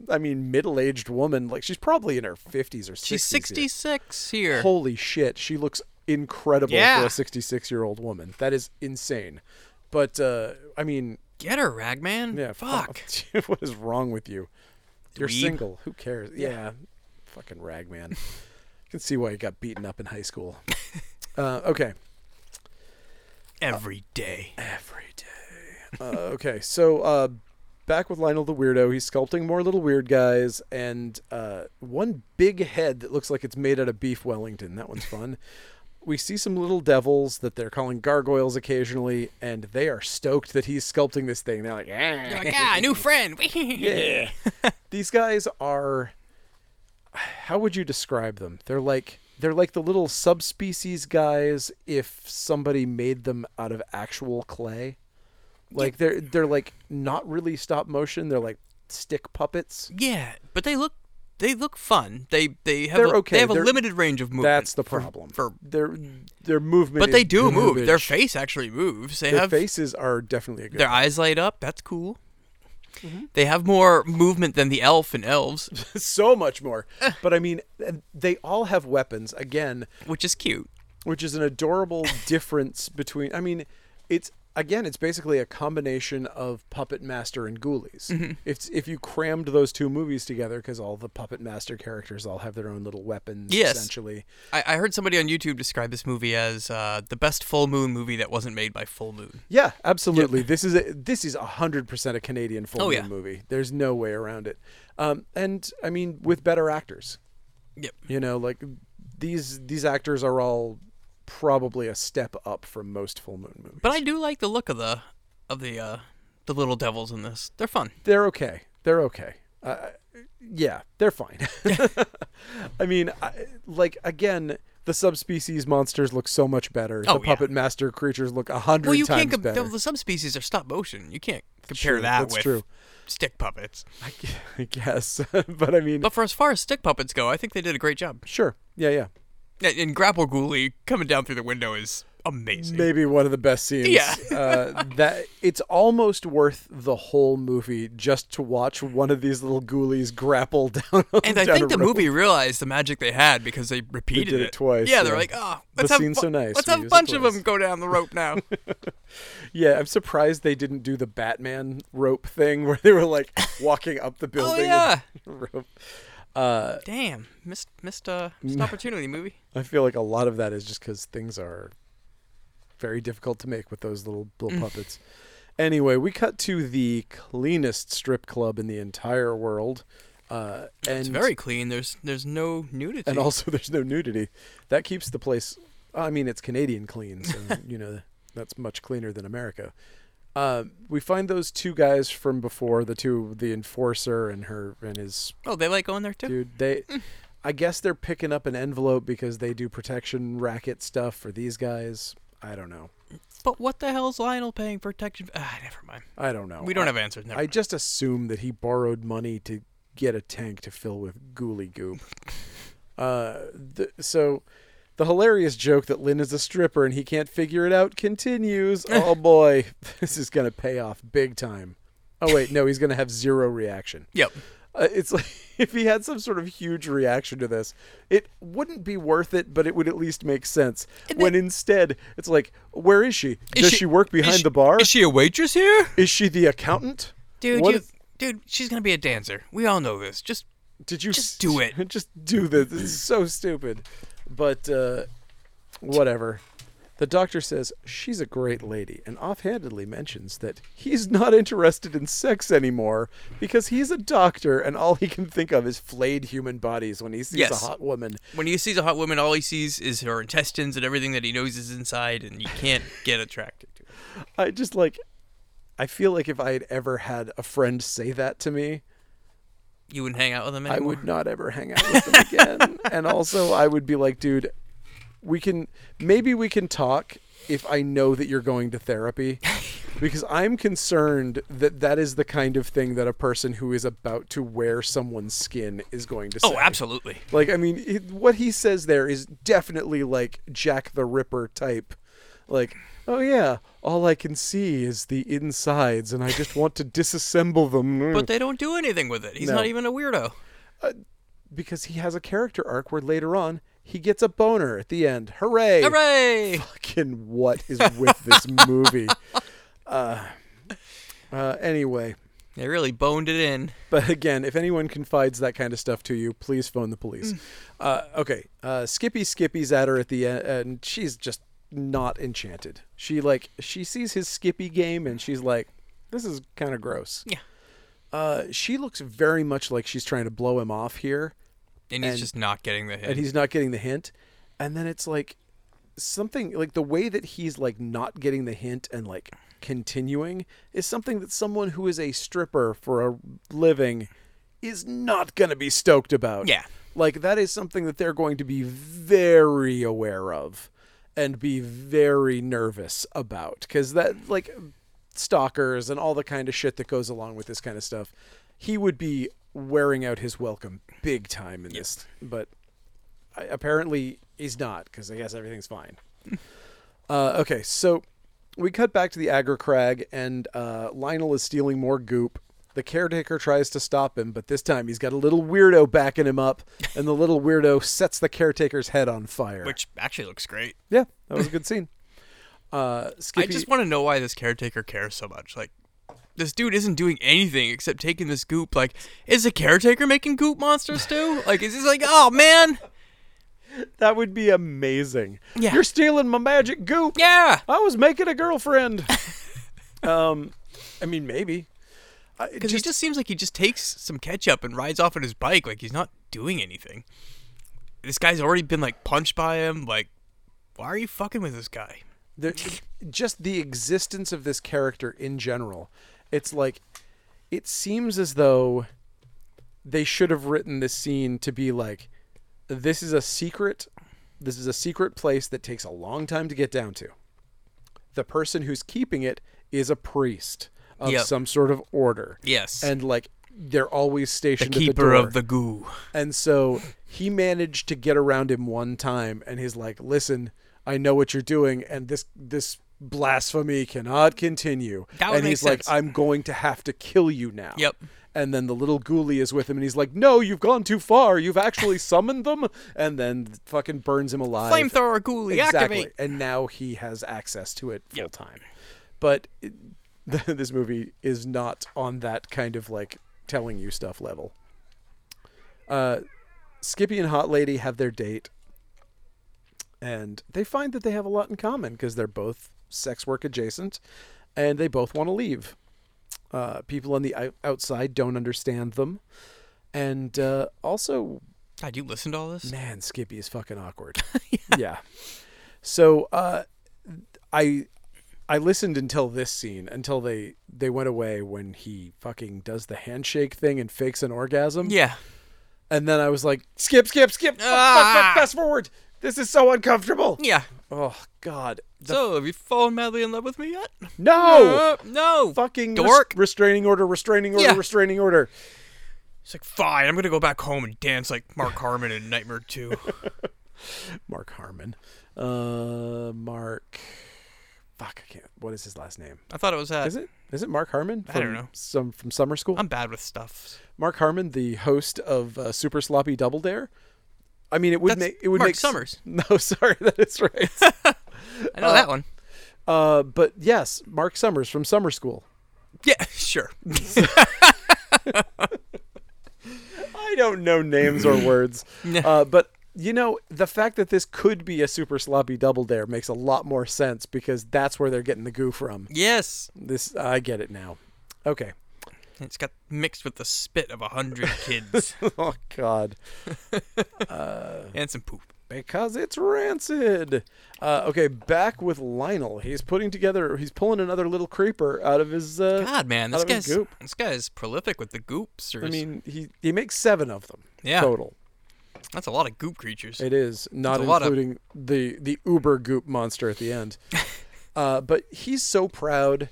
A: I mean, middle-aged woman. Like she's probably in her fifties or 60s
B: She's
A: here.
B: 66 here.
A: Holy shit, she looks incredible for
B: Yeah.
A: a 66-year-old woman. That is insane. But uh, I mean,
B: Get her, Ragman.
A: yeah, fu-
B: Fuck.
A: *laughs* what is wrong with you? You're
B: Dweeb.
A: single. Who cares? Yeah, fucking ragman. you can see why he got beaten up in high school. *laughs* uh, okay.
B: Every
A: *laughs*
B: day.
A: Every day. uh, okay, so uh, back with Lionel the Weirdo. He's sculpting more little weird guys, and uh, one big head that looks like it's made out of beef Wellington. That one's fun. we see some little devils that they're calling gargoyles occasionally, and they are stoked that he's sculpting this thing. They're like,
B: You're
A: yeah.
B: like, ah, new friend. *laughs* yeah.
A: *laughs* These guys are. How would you describe them? They're like. They're like the little subspecies guys if somebody made them out of actual clay. Like they're they're like not really stop motion. They're like stick puppets.
B: Yeah, but they look they look fun. They they have
A: They're
B: a,
A: okay.
B: They have a
A: They're-
B: limited range of movement.
A: That's the
B: for-
A: problem.
B: For,
A: their their movement,
B: but they
A: is
B: do move. Their
A: garbage.
B: face actually moves. They
A: Their
B: have
A: faces are definitely a good.
B: their eyes light up. That's cool.
A: Mm-hmm.
B: They have more movement than the elf and elves,
A: *laughs* so much
B: *laughs*
A: more. But I mean, and they all have weapons again,
B: which is cute.
A: which is an
B: *laughs*
A: adorable difference between. I mean, it's again, it's basically a combination of Puppet Master and Ghoulies.
B: Mm-hmm.
A: If if you crammed those two movies together, because all the Puppet Master characters all have their own little weapons,
B: Yes.
A: essentially.
B: I, I heard somebody on YouTube describe this movie as uh, the best full moon movie that wasn't made by Full Moon.
A: Yeah, absolutely. This is a, this is hundred percent a Canadian full
B: Oh,
A: moon
B: yeah.
A: movie. There's no way around it. Um, and I mean, with better actors,
B: Yep.
A: you know, like these these actors are all probably a step up from most full moon movies.
B: But I do like the look of the of the uh, the little devils in this. They're fun.
A: they're okay. They're okay. Uh, yeah, they're fine. *laughs* I mean, I, like again, the subspecies monsters look so much better.
B: Oh,
A: the
B: yeah.
A: puppet master creatures look a hundred
B: Well, you
A: times
B: can't. Com-
A: better.
B: the, the subspecies are stop motion. You can't compare
A: true.
B: that
A: That's
B: with
A: true.
B: stick puppets.
A: I gu- *laughs* I guess, but I mean,
B: But for as far as stick puppets go, I think they did a great job.
A: sure. Yeah, yeah.
B: And, and Grapple Ghoulie coming down through the window is amazing.
A: Maybe one of the best scenes.
B: Yeah.
A: uh, that it's almost worth the whole movie just to watch one of these little ghoulies grapple down. *laughs*
B: and I
A: down
B: think
A: a
B: the
A: rope.
B: movie realized the magic they had because they repeated
A: did it twice,
B: Yeah, they're
A: yeah.
B: like, oh,
A: The
B: let's have
A: scene's
B: bu-
A: so nice,
B: Let's
A: we
B: have a
A: use it
B: bunch of
A: twice."
B: them go down the rope now.
A: Yeah, I'm surprised they didn't do the Batman rope thing *laughs* where they were like walking up
B: *laughs*
A: the *laughs* building. Uh, with
B: Oh,
A: *laughs*
B: yeah.
A: rope.
B: Damn, missed missed uh,
A: *laughs*
B: missed opportunity movie.
A: I feel like a lot of that is just because things are very difficult to make with those little little
B: Mm.
A: puppets. Anyway, we cut to the cleanest strip club in the entire world, uh, and
B: It's very clean. There's there's no nudity.
A: and also *laughs* there's no nudity. That keeps the place. I mean, it's Canadian clean,
B: *laughs*
A: so you know that's much cleaner than America. Uh, we find those two guys from before, the two, the enforcer and her and his
B: oh, they like going there too.
A: dude. They,
B: Mm.
A: I guess they're picking up an envelope because they do protection racket stuff for these guys. I don't know.
B: But what the hell's Lionel paying protection? Ah, never mind.
A: I don't know.
B: We don't
A: I,
B: have answers. Never
A: I just assume that he borrowed money to get a tank to fill with ghouly
B: *laughs*
A: goop. Uh, th- so the hilarious joke that Lynn is a stripper and he can't figure it out
B: *laughs*
A: continues. Oh boy, *laughs* this is gonna pay off big time. Oh wait, no, he's gonna have zero reaction.
B: Yep.
A: Uh, it's like *laughs* if he had some sort of huge reaction to this, it wouldn't be worth it, but it would at least make sense. when instead, it's like, where is she?
B: Is
A: Does she, work
B: is
A: behind
B: she-
A: the bar?
B: Is she a waitress here?
A: Is she the accountant?
B: Dude,
A: What
B: you,
A: is-
B: dude, she's gonna be a dancer. We all know this. Just
A: did you
B: just do
A: *laughs*
B: it.
A: just do this. This is so stupid. But uh, whatever. The doctor says she's a great lady and offhandedly mentions that he's not interested in sex anymore because he's a doctor and all he can think of is flayed human bodies when he sees
B: Yes.
A: a hot woman.
B: when he sees a hot woman, all he sees is her intestines and everything that he knows is inside, and you
A: *laughs*
B: can't get attracted to it.
A: I just like I feel like if I had ever had a friend say that to me,
B: You wouldn't hang out with him
A: I
B: anymore.
A: would not ever hang out with them
B: *laughs*
A: again. and also I would be like, dude, we can maybe we can talk if I know that you're going to therapy
B: *laughs*
A: because I'm concerned that that is the kind of thing that a person who is about to wear someone's skin is going to say.
B: oh, absolutely.
A: Like I mean, it, what he says there is definitely like Jack the Ripper type like, oh yeah, all I can see is the insides, and I just want to disassemble them.
B: But they don't do anything with it. He's
A: No.
B: not even a weirdo.
A: because he has a character arc where later on he gets a boner at the end. Hooray!
B: Hooray!
A: Fucking what is with this movie? Uh, uh, anyway,
B: They really boned it in.
A: but again, if anyone confides that kind of stuff to you, please phone the police. Uh, okay, uh, Skippy Skippy's at her at the end, and she's just not enchanted. She like she sees his Skippy game, and she's like, "This is kind of gross."
B: Yeah.
A: Uh, she looks very much like she's trying to blow him off here.
B: And he's
A: And-
B: just not getting the hit.
A: and he's not getting the hint and then it's like something like the way that he's like not getting the hint and like continuing is something that someone who is a stripper for a living is not going to be stoked about
B: Yeah.
A: like that is something that they're going to be very aware of and be very nervous about cuz that like stalkers and all the kind of shit that goes along with this kind of stuff he would be wearing out his welcome big time in this but I, apparently he's not because I guess everything's fine. *laughs* uh, okay, so we cut back to the Agra Crag, and uh, Lionel is stealing more goop. The caretaker tries to stop him, but this time he's got a little weirdo backing him up, and the little weirdo sets the caretaker's head on fire.
B: Which actually looks great.
A: yeah, that was a good scene. Uh, Skippy,
B: I just want to know why this caretaker cares so much. Like, this dude isn't doing anything except taking this goop. Like, is the caretaker making goop monsters *laughs* too? Like, is this like, oh man,
A: that would be amazing.
B: Yeah.
A: You're stealing my magic goop.
B: yeah?
A: I was making a
B: *laughs*
A: girlfriend. um, I mean, maybe. I-
B: Because he just seems like he just takes some ketchup and rides off on his bike. Like he's not doing anything. This guy's already been like punched by him. Like, why are you fucking with this guy?
A: there, just the existence of this character in general it's like it seems as though they should have written this scene to be like this is a secret this is a secret place that takes a long time to get down to the person who's keeping it is a priest of
B: Yep.
A: some sort of order
B: Yes,
A: and like they're always stationed at the
B: keeper
A: door.
B: of the goo.
A: And so he managed to get around him one time and he's like, "Listen, I know what you're doing and this this blasphemy cannot continue."
B: That would
A: and
B: make
A: he's
B: sense.
A: like, "I'm going to have to kill you now."
B: Yep.
A: And then the little ghoulie is with him and he's like, "No, you've gone too far. You've actually summoned them." And then fucking burns him alive.
B: Flamethrower ghoulie,
A: Exactly.
B: activate.
A: And now he has access to it full time. But *laughs* it, this movie is not on that kind of like telling you stuff level. Uh, Skippy and Hot Lady have their date, and they find that they have a lot in common because they're both sex work adjacent, and they both want to leave. Uh, people on the ou- outside don't understand them, and uh, also
B: God, you listen to all this?
A: Man, Skippy is fucking
B: *laughs*
A: awkward. yeah. So uh, I I listened until this scene, until they they went away when he fucking does the handshake thing and fakes an orgasm.
B: Yeah.
A: And then I was like, skip, skip, skip, fuck, fuck, fuck,
B: Ah!
A: fast forward. This is so uncomfortable.
B: Yeah.
A: Oh God. The-
B: So, have you fallen madly in love with me yet?
A: no.
B: Uh, no.
A: Fucking res-
B: dork.
A: restraining order, restraining order,
B: Yeah.
A: restraining order.
B: It's like, fine, I'm going to go back home and dance
A: *laughs*
B: like Mark Harmon in Nightmare 2.
A: Mark Harmon. Uh, Mark. Fuck, I can't. What is his last name?
B: I thought it was that.
A: Is it? Is it Mark Harmon?
B: I don't
A: from
B: know. Um,
A: Some from summer school.
B: I'm bad with stuff.
A: Mark Harmon, the host of uh, Super Sloppy Double Dare. I mean, it would
B: That's
A: make it would
B: Mark
A: make s-
B: Summers.
A: *laughs* No, sorry, that is right.
B: *laughs* I know that one.
A: uh, but yes, Mark Summers from summer school.
B: Yeah, *laughs*
A: *laughs*
B: sure.
A: I don't know names
B: *laughs*
A: or words, uh, but you know the fact that this could be a Super Sloppy Double Dare makes a lot more sense because that's where they're getting the goo from.
B: Yes.
A: This I get it now. Okay. *laughs*
B: It's got mixed with the spit of a hundred kids
A: oh God.
B: and some poop.
A: because it's rancid. Uh, okay, back with Lionel. He's putting together. He's pulling another little creeper out of his. Uh,
B: God, man,
A: out
B: this
A: of his
B: guy's
A: goop.
B: this guy's prolific with the goopsters.
A: I mean, he he makes seven of them.
B: Yeah.
A: total.
B: that's a lot of goop creatures.
A: It is not
B: It's a lot of-
A: including the the uber goop monster at the
B: *laughs*
A: end. uh, but he's so proud.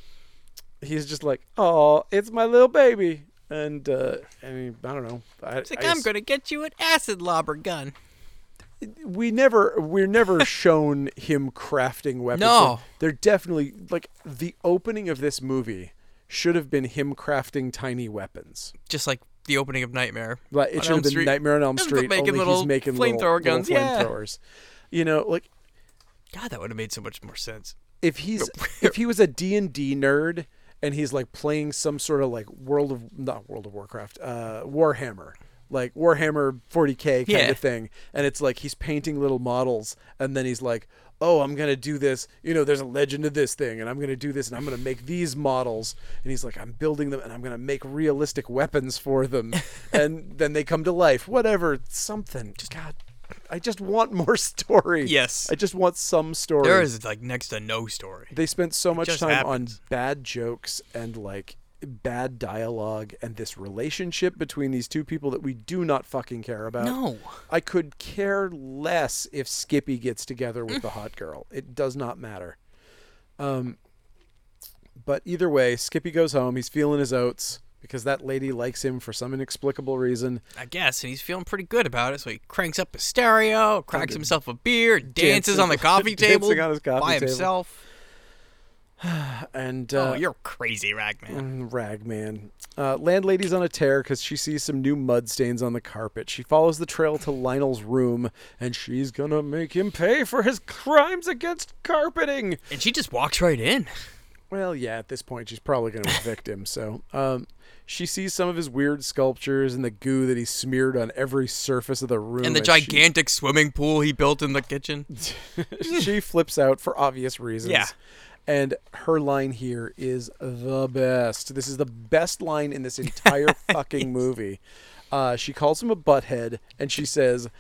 A: He's just like, oh, it's my little baby. And uh, I mean, I don't know. I,
B: It's like
A: I
B: I am
A: ass-
B: gonna get you an acid lobber gun.
A: we never we're
B: *laughs*
A: never shown him crafting weapons.
B: No.
A: They're definitely like the opening of this movie should have been him crafting tiny weapons.
B: just like the opening of Nightmare.
A: Like it
B: on
A: should
B: Elm
A: have been
B: Street.
A: Nightmare on Elm
B: Just
A: Street.
B: making
A: only
B: little
A: he's making
B: flamethrower
A: little,
B: guns,
A: little
B: yeah.
A: flamethrowers. You know, like
B: God, that would have made so much more sense.
A: if he's
B: *laughs*
A: if he was a D&D nerd and he's like playing some sort of like World of not World of Warcraft, uh Warhammer, like Warhammer 40K kind
B: Yeah.
A: of thing and it's like he's painting little models and then he's like, "Oh, I'm going to do this. You know, there's a legend of this thing and I'm going to do this and I'm going to make these models." And he's like, "I'm building them and I'm going to make realistic weapons for
B: *laughs*
A: them." and then they come to life. Whatever, something. God, I just want more *laughs* story.
B: Yes.
A: I just want some story
B: There is like next to no story.
A: they spent so much
B: just
A: time
B: happens.
A: on bad jokes and like bad dialogue and this relationship between these two people that we do not fucking care about.
B: No.
A: I could care less if Skippy gets together with
B: Mm.
A: the hot girl. It does not matter. Um but either way, Skippy goes home. He's feeling his oats because that lady likes him for some inexplicable reason.
B: I guess, and he's feeling pretty good about it. So he cranks up his stereo, cracks himself a beer, dances
A: Dancing-
B: on
A: *laughs*
B: the coffee
A: dancing
B: table
A: on his coffee
B: by
A: table. Uh,
B: himself.
A: And uh,
B: oh, you're crazy, Ragman.
A: Mm, Rag man. Uh, landlady's on a tear because she sees some new mud stains on the carpet. She follows the trail to Lionel's room, and she's gonna make him pay for his crimes against carpeting.
B: And she just walks right in.
A: *laughs* Well, yeah, at this point, she's probably
B: *laughs*
A: gonna evict him. So, um, she sees some of his weird sculptures and the goo that he smeared on every surface of the room,
B: And the
A: she-
B: gigantic swimming pool he built in
A: *laughs*
B: the kitchen.
A: she flips out for obvious reasons.
B: Yeah.
A: And her line here is the best. This is the best line in this entire fucking movie. Uh, she calls him a butthead and she says,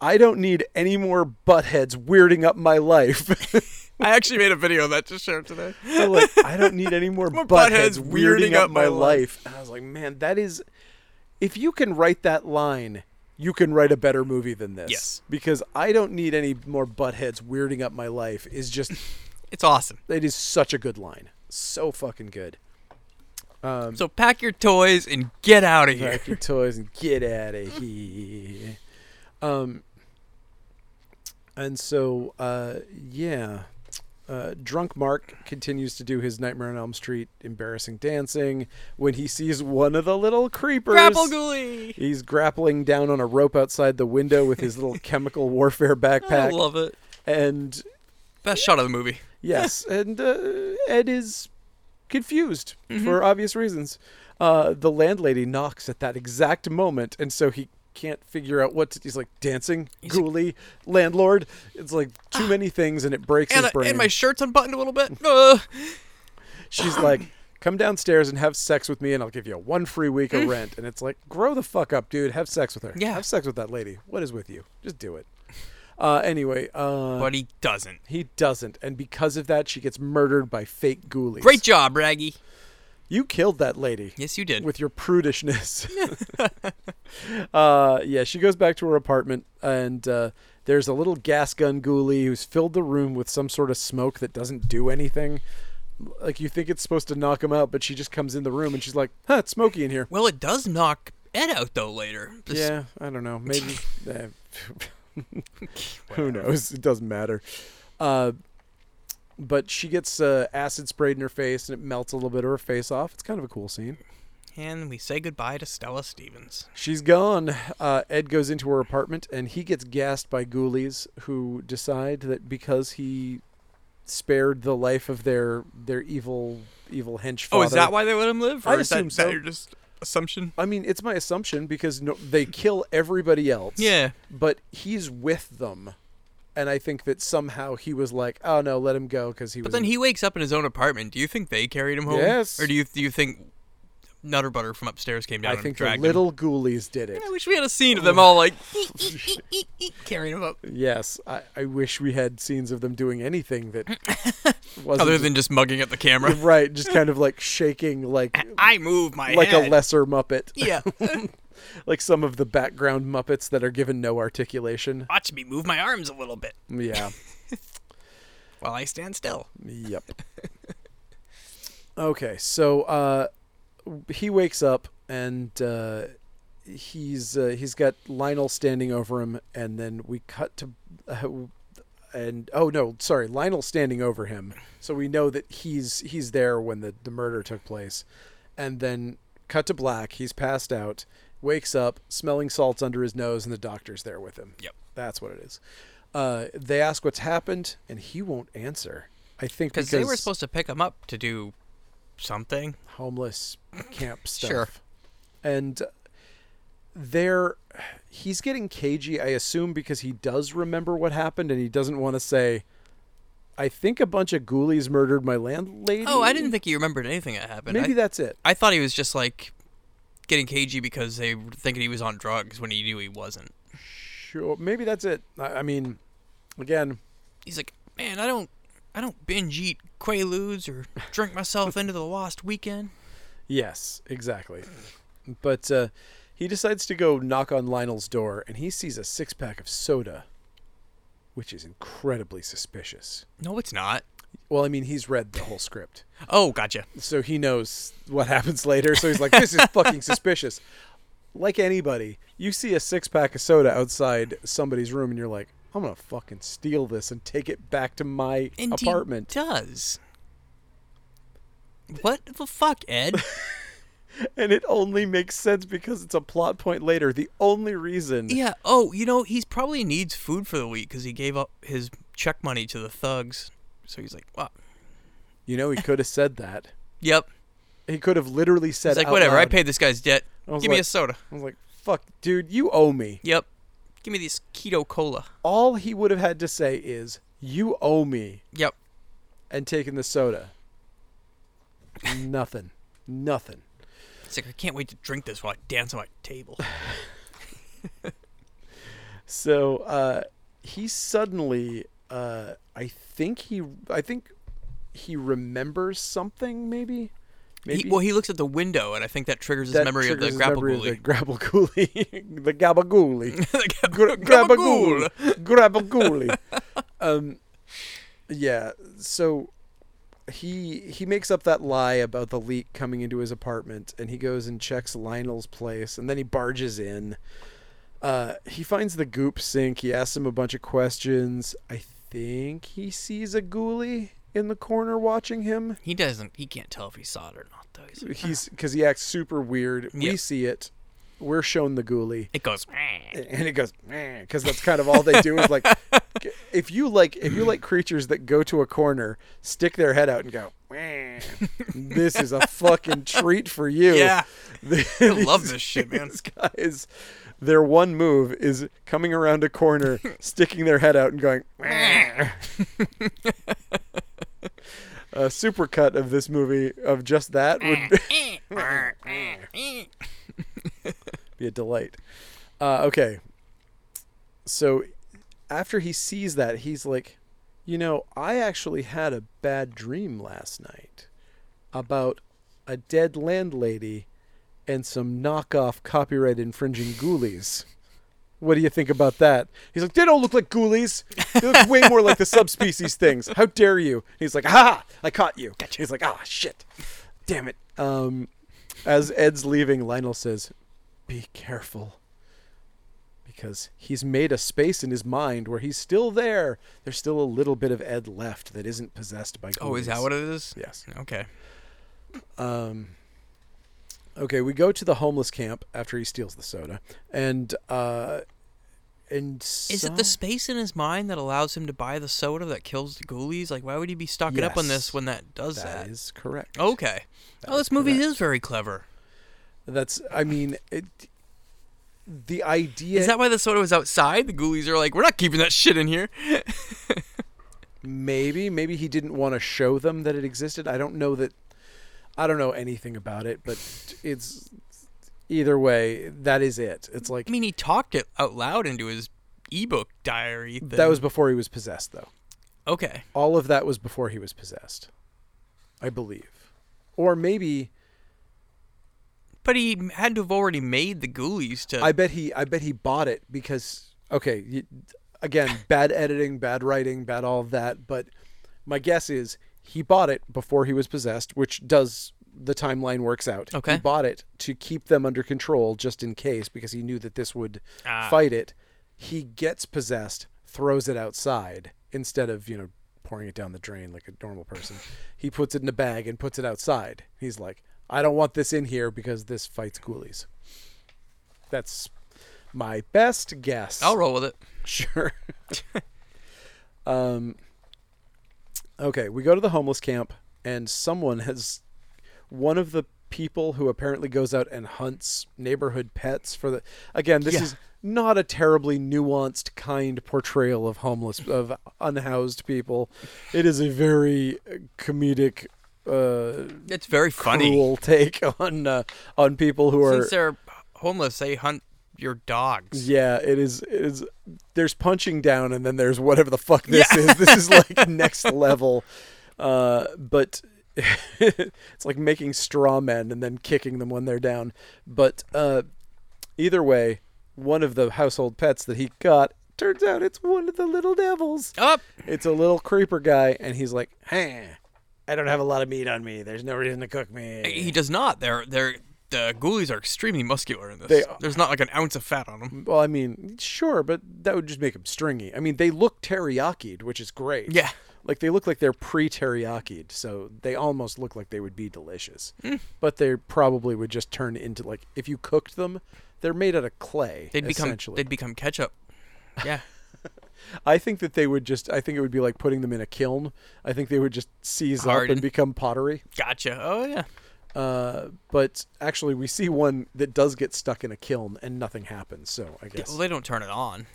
A: I don't need any more buttheads weirding up my life. *laughs*
B: I actually made a video of that just shared today.
A: I'm like, I don't need any more,
B: More
A: buttheads,
B: buttheads
A: weirding, up, my life. And I was like, man, that is. If you can write that line, you can write a better movie than this.
B: Yes.
A: Because I don't need any more buttheads weirding up my life is just
B: It's awesome.
A: It is such a good line. So fucking good. Um,
B: So pack your toys and get out of here.
A: Pack your toys and get out of here. Um, and so, uh, yeah. Uh, drunk Mark continues to do his Nightmare on Elm Street embarrassing dancing when he sees one of the little creepers.
B: Grapple Ghoulie.
A: He's grappling down on a rope outside the window with his
B: *laughs*
A: little chemical warfare
B: I
A: backpack.
B: love it.
A: and
B: Best shot of the movie. *laughs*
A: Yes, and uh, Ed is confused
B: Mm-hmm.
A: for obvious reasons. Uh, the landlady knocks at that exact moment, and so he can't figure out what to, he's like dancing, ghouly, landlord. It's like too many things, and it breaks
B: Ah. And,
A: his
B: I,
A: brain.
B: and my shirt's unbuttoned a little bit. Uh, *laughs*
A: She's like, "Come downstairs and have sex with me, and I'll give you one free week of rent." And it's like, "Grow the fuck up, dude. Have sex with her.
B: Mm-hmm. Yeah.
A: have sex with that lady. What is with you? Just do it." Uh, anyway, uh,
B: but he doesn't.
A: he doesn't, and because of that, she gets murdered by fake ghoulies.
B: Great job, Raggy.
A: You killed that lady.
B: Yes, you did.
A: With your prudishness. *laughs* uh, yeah, she goes back to her apartment, and uh, there's a little gas gun ghoulie who's filled the room with some sort of smoke that doesn't do anything. Like, you think it's supposed to knock him out, but she just comes in the room and she's like, huh, it's smoky in here.
B: Well, it does knock Ed out though later. This-
A: Yeah, I don't know.
B: *laughs*
A: Maybe. *laughs* eh, who knows? It doesn't matter. Uh, but she gets uh, acid sprayed in her face and it melts a little bit of her face off. It's kind of a cool scene.
B: And we say goodbye to Stella Stevens.
A: She's gone. Uh, Ed goes into her apartment and he gets gassed by ghoulies who decide that because he spared the life of their their evil evil hench
B: Oh,
A: father.
B: is that why they let him live?
A: I
B: Or is that,
A: assume so.
B: that your just assumption?
A: I mean, it's my assumption because no, they kill everybody else.
B: Yeah.
A: But he's with them, and I think that somehow he was like, "Oh no, let him go," because he
B: But
A: was.
B: then
A: in-
B: he wakes up in his own apartment. Do you think they carried him home?
A: Yes.
B: Or do you do you think Nutterbutter from upstairs came down
A: I
B: and
A: think the
B: dragged him?
A: little Oh. ghoulies did it.
B: I wish we had a scene of them all
A: *laughs*
B: like carrying him up,
A: Yes, I, I wish we had scenes of them doing anything
B: *laughs*
A: that wasn't
B: other than just mugging at the camera.
A: right, just kind of like shaking, like
B: *laughs* I move my
A: like
B: head.
A: a lesser Muppet,
B: *laughs*
A: *laughs*
B: yeah.
A: like some of the background Muppets that are given no articulation.
B: Watch me move my arms a little bit
A: Yeah.
B: while I stand still.
A: yep. Okay, so uh, he wakes up and uh, he's uh, he's got Lionel standing over him, and then we cut to, uh, and oh no, sorry, Lionel standing over him. So we know that he's he's there when the the murder took place, and then cut to black. He's passed out, wakes up, smelling salts under his nose, and the doctor's there with him.
B: Yep.
A: that's what it is. Uh, they ask what's happened, and he won't answer. I think
B: because
A: because
B: they were supposed to pick him up to do something.
A: homeless camp stuff.
B: Sure.
A: And there he's getting cagey, I assume, because he does remember what happened and he doesn't want to say, I think a bunch of ghoulies murdered my landlady.
B: Oh, I didn't think he remembered anything that happened.
A: Maybe
B: I,
A: that's it.
B: I thought he was just like getting cagey because they were thinking he was on drugs when he knew he wasn't.
A: Sure. Maybe that's it. I, I mean, again,
B: He's like, man, I don't, I don't binge eat quaaludes or drink myself into the lost weekend.
A: yes, exactly. But uh, he decides to go knock on Lionel's door and he sees a six pack of soda, which is incredibly suspicious.
B: No, it's not.
A: Well, I mean, he's read the whole script.
B: Oh, gotcha.
A: so he knows what happens later. So he's like, this is
B: *laughs*
A: fucking suspicious. Like anybody, you see a six pack of soda outside somebody's room and you're like, I'm going to fucking steal this and take it back to my
B: And he
A: apartment.
B: does. What the fuck,
A: *laughs*
B: Ed?
A: and it only makes sense because it's a plot point later. The only reason.
B: yeah. Oh, you know, he's probably needs food for the week because he gave up his check money to the thugs. So he's like, wow.
A: You know, he could have said that.
B: Yep.
A: He could have literally said
B: It's like,
A: out
B: whatever. I
A: loud-
B: paid this guy's debt.
A: I was
B: Give me
A: like-
B: a soda.
A: I was like, fuck, dude, you owe me.
B: Yep. Give me this keto cola.
A: All he would have had to say is, you owe me.
B: Yep.
A: and taking the soda. Nothing. Nothing.
B: It's like I can't wait to drink this while I dance on my
A: *laughs*
B: table.
A: So uh, he suddenly, uh, I think he, I think he remembers something. Maybe. Maybe.
B: He, well, he looks at the window, and I think that triggers his
A: That
B: memory of
A: triggers
B: the
A: his
B: grapple
A: memory of
B: ghoulie.
A: The grapple ghoulie. *laughs* the gabagoolie.
B: *laughs* The
A: Gra-
B: gra- grapple
A: gabagool.
B: ghoul.
A: Grabagoolie. um, yeah. So he he makes up that lie about the leak coming into his apartment, and he goes and checks Lionel's place, and then he barges in. Uh, he finds the goop sink. He asks him a bunch of questions. I think he sees a ghoulie in the corner watching him.
B: He doesn't. He can't tell if he saw it or not, though. He's like,
A: He's because he acts super weird. We
B: Yep.
A: see it. We're shown the ghoulie. *laughs*
B: it goes.
A: and it goes because that's kind of all they do is
B: *laughs*
A: like if you like if you like creatures that go to a corner stick their head out and go "Meh." this is a fucking treat for you *laughs*
B: *laughs* Yeah, I
A: These
B: love this shit, man.
A: *laughs* guys their one move is coming around a
B: *laughs*
A: corner sticking their head out and going "Meh." a supercut of this movie of just that would be a delight. Uh, okay. So after he sees that, he's like, you know, I actually had a bad dream last night about a dead landlady and some knockoff copyright infringing ghoulies. What do you think about that? He's like, they don't look like ghoulies. They look way more like the subspecies things. How dare you? He's like, ha! I caught you. He's like, ah, shit. Damn it. Um, as Ed's leaving, Lionel says, be careful. Because he's made a space in his mind where he's still there. There's still a little bit of Ed left that isn't possessed by.
B: oh, is that what it is?
A: Yes.
B: Okay.
A: Um, okay, we go to the homeless camp after he steals the soda, and uh, and
B: Is it the space in his mind that allows him to buy the soda that kills the ghoulies? Like, why would he be stocking up on
A: Yes.
B: this when that does that?
A: that is correct?
B: okay. oh,
A: is
B: this movie
A: correct.
B: is very clever.
A: that's. I mean, it, the idea
B: Is that why the soda was outside? The ghoulies are like, we're not keeping that shit in
A: *laughs*
B: here.
A: maybe maybe he didn't want to show them that it existed i don't know that i don't know anything about it but it's either way that is it it's like
B: I mean, he talked it out loud into his ebook diary. Thing.
A: that was before he was possessed though
B: okay.
A: all of that was before he was possessed i believe or maybe
B: But he had to have already made the ghoulies to.
A: i bet he i bet he bought it because okay you,
B: *laughs*
A: again bad editing bad writing bad all of that but my guess is he bought it before he was possessed which does the timeline works out.
B: Okay.
A: He bought it to keep them under control just in case because he knew that this would
B: Ah.
A: fight it. He gets possessed, throws it outside instead of, you know, pouring it down the drain like a normal
B: *laughs*
A: person. he puts it in a bag and puts it outside. He's like, I don't want this in here because this fights ghoulies. That's my best guess.
B: I'll roll with it.
A: *laughs* Sure. um, okay, we go to the homeless camp, and someone has one of the people who apparently goes out and hunts neighborhood pets for the. Again, this
B: Yeah.
A: is not a terribly nuanced, kind portrayal of homeless of unhoused people. It is a very comedic, uh,
B: It's very funny.
A: cruel take *laughs* on uh, on people who are
B: Since they're homeless, they hunt your dogs.
A: Yeah, it is. It is. There's punching down, and then there's whatever the fuck this is. This is like next level. Uh, but *laughs* it's like making straw men and then kicking them when they're down. But uh, either way, one of the household pets that he got turns out it's one of the little devils.
B: Up.
A: It's a little creeper guy, and he's like, "Hey, I don't have a lot of meat on me. There's no reason to cook me."
B: He does not. They're they're the ghoulies are extremely muscular in this.
A: They are.
B: There's not like an ounce of fat on them.
A: Well, I mean, sure, but that would just make them stringy. I mean, they look teriyaki which is great.
B: Yeah.
A: Like they look like they're pre teriyaki so they almost look like they would be delicious.
B: Mm.
A: But they probably would just turn into like if you cooked them, they're made out of clay.
B: They'd become
A: essentially.
B: they'd become ketchup.
A: *laughs*
B: Yeah.
A: I think that they would just. I think it would be like putting them in a kiln. I think they would just seize up
B: Harden.
A: and become pottery.
B: Gotcha. Oh yeah.
A: Uh, but actually, we see one that does get stuck in a kiln and nothing happens. So I guess
B: Well, they don't turn it on.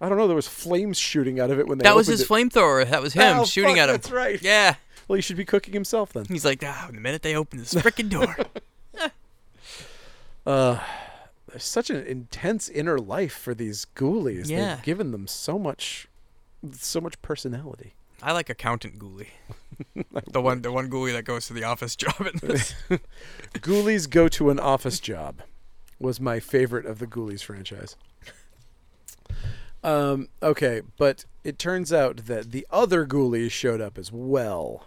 A: I don't know. There was flames shooting out of it when they
B: That was
A: opened
B: his
A: it.
B: flamethrower. That was him
A: Oh,
B: shooting
A: fuck,
B: at him.
A: that's right.
B: Yeah.
A: Well, he should be cooking himself then.
B: He's like, ah, the minute they open
A: *laughs*
B: this freaking door.
A: There's such an intense inner life for these ghoulies.
B: Yeah.
A: They've given them so much, so much personality.
B: I like accountant ghoulie. the one the one ghoulie that goes to the office *laughs* job in
A: *laughs*
B: this.
A: Ghoulies go to an office job was my favorite of the Ghoulies franchise. Um, okay, but it turns out that the other Ghoulies showed up as well.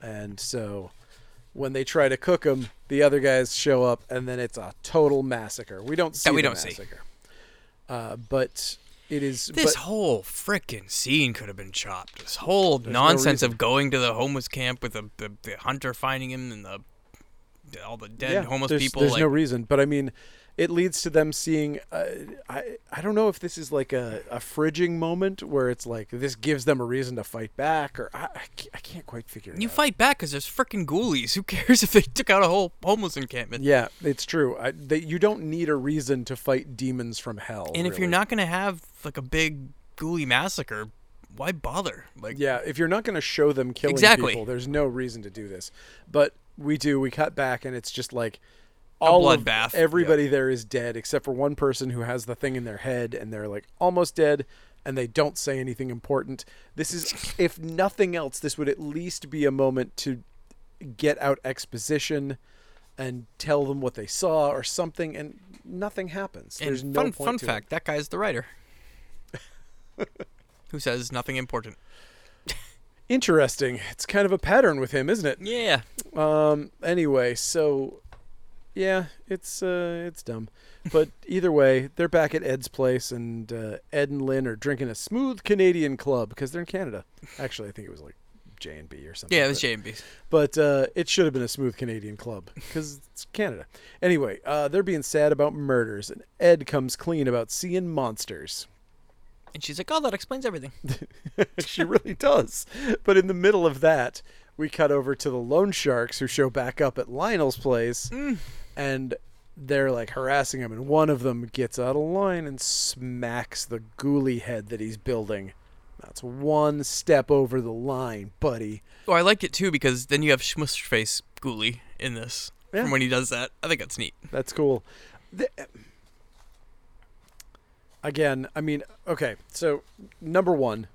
A: And so when they try to cook them, the other guys show up, and then it's a total massacre. We don't see
B: we
A: the
B: don't see.
A: massacre. Uh, but it is.
B: This
A: but,
B: whole frickin' scene could have been chopped. This whole nonsense of going to the homeless camp with the, the, the hunter finding him and the all the dead homeless
A: there's,
B: people.
A: There's
B: like,
A: no reason, but I mean, it leads to them seeing. Uh, I I don't know if this is like a a fridging moment where it's like this gives them a reason to fight back, or I I ca- I can't quite figure it
B: you
A: out.
B: fight back because there's frickin' ghoulies. Who cares if they *laughs* took out a whole homeless encampment?
A: yeah, it's true. I, they, you don't need a reason to fight demons from hell.
B: and if you're
A: really.
B: not gonna have like a big ghoulie massacre, why bother? Like,
A: Yeah, if you're not going to show them killing
B: Exactly.
A: people, there's no reason to do this. But we do. We cut back, and it's just like all of-
B: bloodbath.
A: Everybody there is dead except for one person who has the thing in their head, and they're like almost dead, and they don't say anything important. This is, if nothing else, this would at least be a moment to get out exposition and tell them what they saw or something, and nothing happens.
B: and
A: there's no
B: fun
A: point
B: fun
A: to it.
B: fact: that guy's
A: *laughs*
B: the writer. Who says nothing important?
A: Interesting. It's kind of a pattern with him, isn't it?
B: Yeah,
A: Um. Anyway, so yeah, it's uh, it's dumb, but either way, they're back at Ed's place, and uh, Ed and Lynn are drinking a smooth Canadian club because they're in Canada. Actually, I think it was like J and B or something.
B: yeah, it was
A: but-
B: J and B's.
A: but uh, it should have been a smooth Canadian club because it's Canada. Anyway, uh, they're being sad about murders, and Ed comes clean about seeing monsters.
B: And she's like, "Oh, that explains everything."
A: *laughs* she really does. But in the middle of that, we cut over to the loan sharks who show back up at Lionel's place and they're like harassing him and one of them gets out of line and smacks the ghoulie head that he's building. That's one step over the line, buddy.
B: Oh, I like it too because then you have Schmush Face Ghoulie in this
A: Yeah.
B: from when he does that. I think that's neat.
A: That's cool. The- again, I mean, okay, so number one,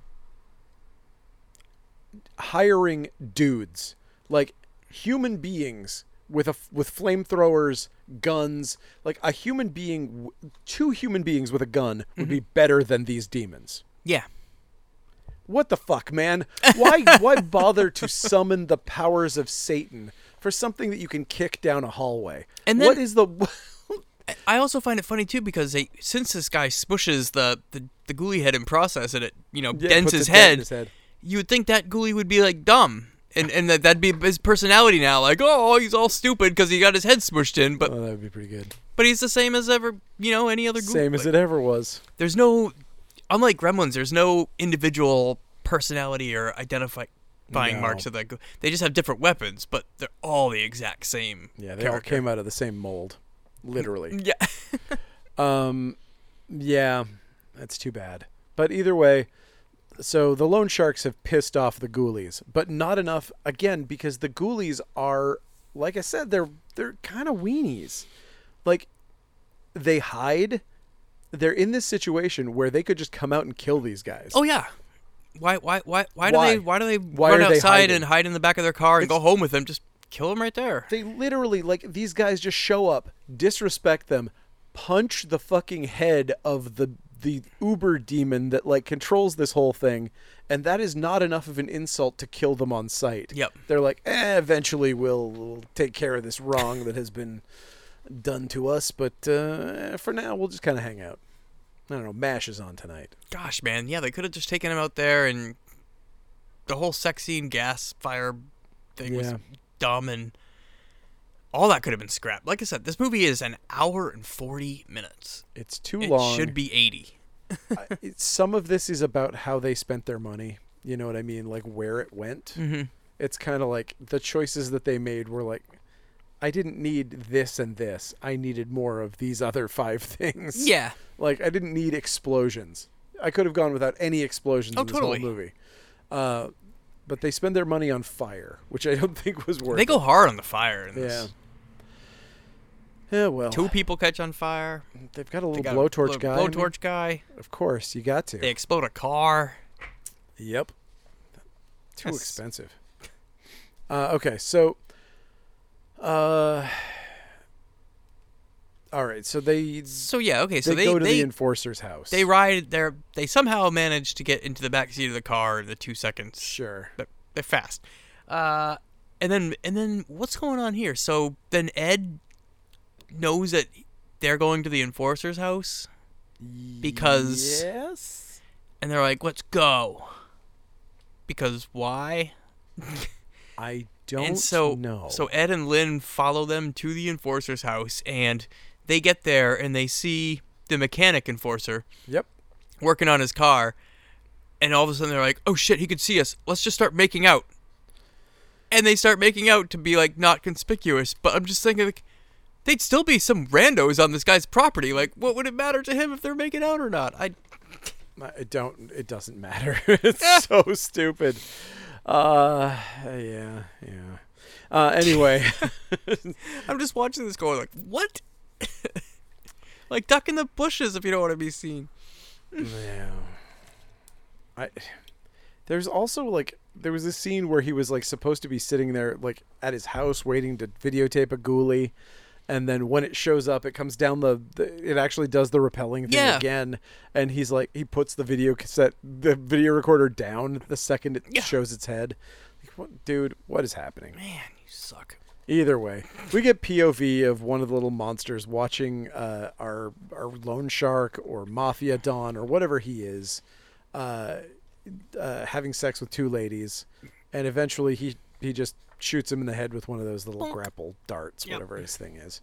A: hiring dudes like human beings with a f- with flamethrowers, guns. Like a human being, w- two human beings with a gun would be
B: Mm-hmm.
A: better than these demons.
B: Yeah. *laughs*
A: What the fuck, man? Why why bother to summon the powers of Satan for something that you can kick down a hallway.
B: And
A: what
B: then-
A: is the
B: I also find it funny too because they, since this guy smushes the the, the ghoulie head in process and it you know
A: Yeah,
B: dents
A: puts
B: his
A: a dent
B: head,
A: in his head.
B: you would think that ghoulie would be like dumb and and that that'd be his personality now like oh he's all stupid because he got his head smushed in but
A: Oh, that would be pretty good.
B: but he's the same as ever you know any other ghoulie.
A: Same as it ever was.
B: There's no unlike Gremlins. There's no individual personality or identifying
A: No.
B: marks of that. ghou- They just have different weapons, but they're all the exact same.
A: Yeah, they Mm,
B: character.
A: all came out of the same mold, literally.
B: Yeah. *laughs*
A: um, yeah, that's too bad. But either way, so the loan sharks have pissed off the ghoulies, but not enough again because the ghoulies are, like I said, they're they're kind of weenies. Like they hide. They're in this situation where they could just come out and kill these guys.
B: Oh yeah. Why why why why do
A: Why?
B: they why do they
A: Why
B: run
A: are they
B: outside
A: hiding?
B: and hide in the back of their car and go home with them? Just kill them right there.
A: They literally like these guys just show up, disrespect them, punch the fucking head of the the uber demon that like controls this whole thing, and that is not enough of an insult to kill them on sight.
B: Yep.
A: They're like, eh, eventually we'll, we'll take care of this wrong that has been done to us, but uh, for now we'll just kind of hang out. I don't know. Mash is on tonight.
B: Gosh, man. Yeah, they could have just taken him out there and the whole sex scene gas fire thing was
A: Yeah.
B: dumb and all that could have been scrapped. Like I said, this movie is an hour and 40 minutes.
A: It's too
B: It
A: long.
B: should be 80.
A: it- some of this is about how they spent their money. You know what I mean? Like where it went.
B: Mm-hmm.
A: It's kind of like the choices that they made were like, I didn't need this and this. I needed more of these other five *laughs* things.
B: Yeah.
A: Like I didn't need explosions. I could have gone without any explosions
B: Oh,
A: in this
B: totally.
A: whole movie. Uh, but they spend their money on fire, which I don't *laughs* think was worth.
B: They go hard on the fire in
A: it.
B: this.
A: Yeah. Yeah. Well,
B: Two people catch on fire.
A: they've got a
B: They
A: little
B: got a
A: blowtorch
B: blow-
A: guy. I mean,
B: Blowtorch guy.
A: Of course, you got to.
B: They explode a car.
A: Yep. Too
B: Yes.
A: expensive. Uh, okay, so. Uh, all right, so they
B: So yeah, okay. So
A: they,
B: they
A: go to
B: they,
A: the enforcer's house.
B: they ride their they somehow manage to get into the back seat of the car in the two seconds
A: sure.
B: they're, they're fast uh, and then and then what's going on here so then ed knows that they're going to the enforcer's house because
A: yes,
B: and they're like let's go because why
A: I don't
B: and so
A: know.
B: so Ed and Lynn follow them to the enforcer's house and they get there and they see the mechanic enforcer
A: yep,
B: working on his car, and all of a sudden they're like, "Oh shit, he could see us. Let's just start making out." And they start making out to be like not conspicuous, but I'm just thinking like they'd still be some randos on this guy's property. Like, what would it matter to him if they're making out or not? I
A: I I don't. It doesn't
B: *laughs*
A: matter. *laughs* it's so stupid. Uh, yeah, yeah. Uh, anyway,
B: *laughs* I'm just watching this going like, what? *laughs* like duck in the bushes if you don't want to be seen.
A: Yeah. I there's also like there was a scene where he was like supposed to be sitting there like at his house waiting to videotape a ghoulie and then when it shows up it comes down the, the it actually does the repelling thing
B: Yeah.
A: again and he's like he puts the video cassette the video recorder down the second it
B: Yeah.
A: shows its head like, what, dude what is happening
B: Man, you suck.
A: Either way, we get POV of one of the little monsters watching uh, our our loan shark or mafia don or whatever he is, uh, uh, having sex with two ladies, and eventually he he just shoots him in the head with one of those little
B: Bonk.
A: grapple darts,
B: Yep.
A: whatever his thing is.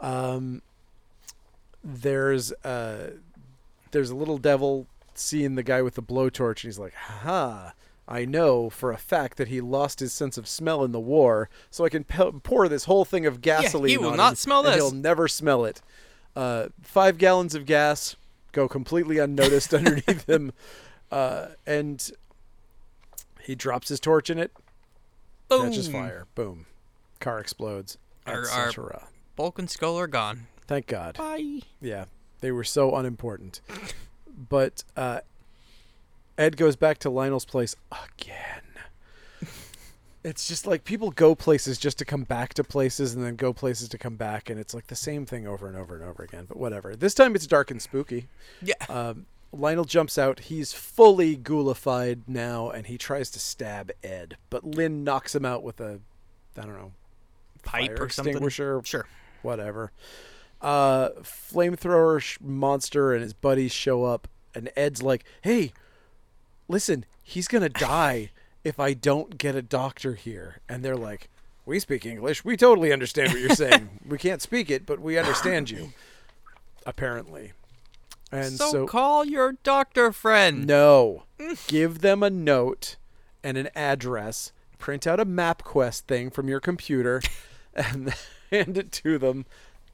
A: Um, there's uh, there's a little devil seeing the guy with the blowtorch, and he's like, "Ha! I know for a fact that he lost his sense of smell in the war, so I can pe- pour this whole thing of gasoline.
B: will
A: on
B: not
A: him,
B: smell
A: and
B: this."
A: He'll never smell it. Uh, five gallons of gas go completely unnoticed *laughs* underneath him, uh, and he drops his torch in it,
B: Boom.
A: catches fire, boom, car explodes,
B: Our- our-
A: etc.
B: Bulk and Skull are gone.
A: Thank God.
B: Bye.
A: Yeah, they were so unimportant. But uh, Ed goes back to Lionel's place again. It's just like people go places just to come back to places and then go places to come back, and it's like the same thing over and over and over again. But whatever. This time it's dark and spooky.
B: Yeah.
A: Um, Lionel jumps out. He's fully ghoulified now, and he tries to stab Ed, but Lynn knocks him out with a, I don't know,
B: pipe
A: fire
B: or something.
A: extinguisher,
B: Sure.
A: whatever. Uh, flamethrower sh- monster and his buddies show up, and Ed's like, "Hey, listen, he's
B: *laughs*
A: gonna die if I don't get a doctor here." And they're like, "We speak English. We totally understand what you're
B: *laughs*
A: saying. we can't speak it, but we understand you." Apparently, and
B: So,
A: so
B: call your doctor friend.
A: no. Give them a note and an address. Print out a MapQuest thing from your computer *laughs* and hand it to them.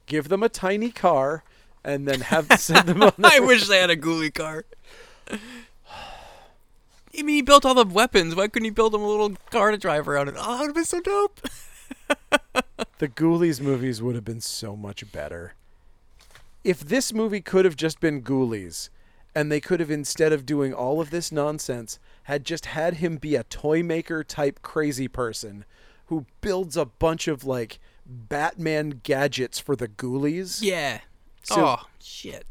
A: Give them a tiny car and then have send them on
B: I wish they had a ghoulie car. *sighs* I mean, he built all the weapons. Why couldn't he build them a little car to drive around in? Oh, that would have been so dope. *laughs*
A: The Ghoulies movies would have been so much better. If this movie could have just been Ghoulies, and they could have, instead of doing all of this nonsense, had just had him be a toy maker type crazy person who builds a bunch of like Batman gadgets for the Ghoulies.
B: Yeah.
A: So-
B: oh, *laughs* shit.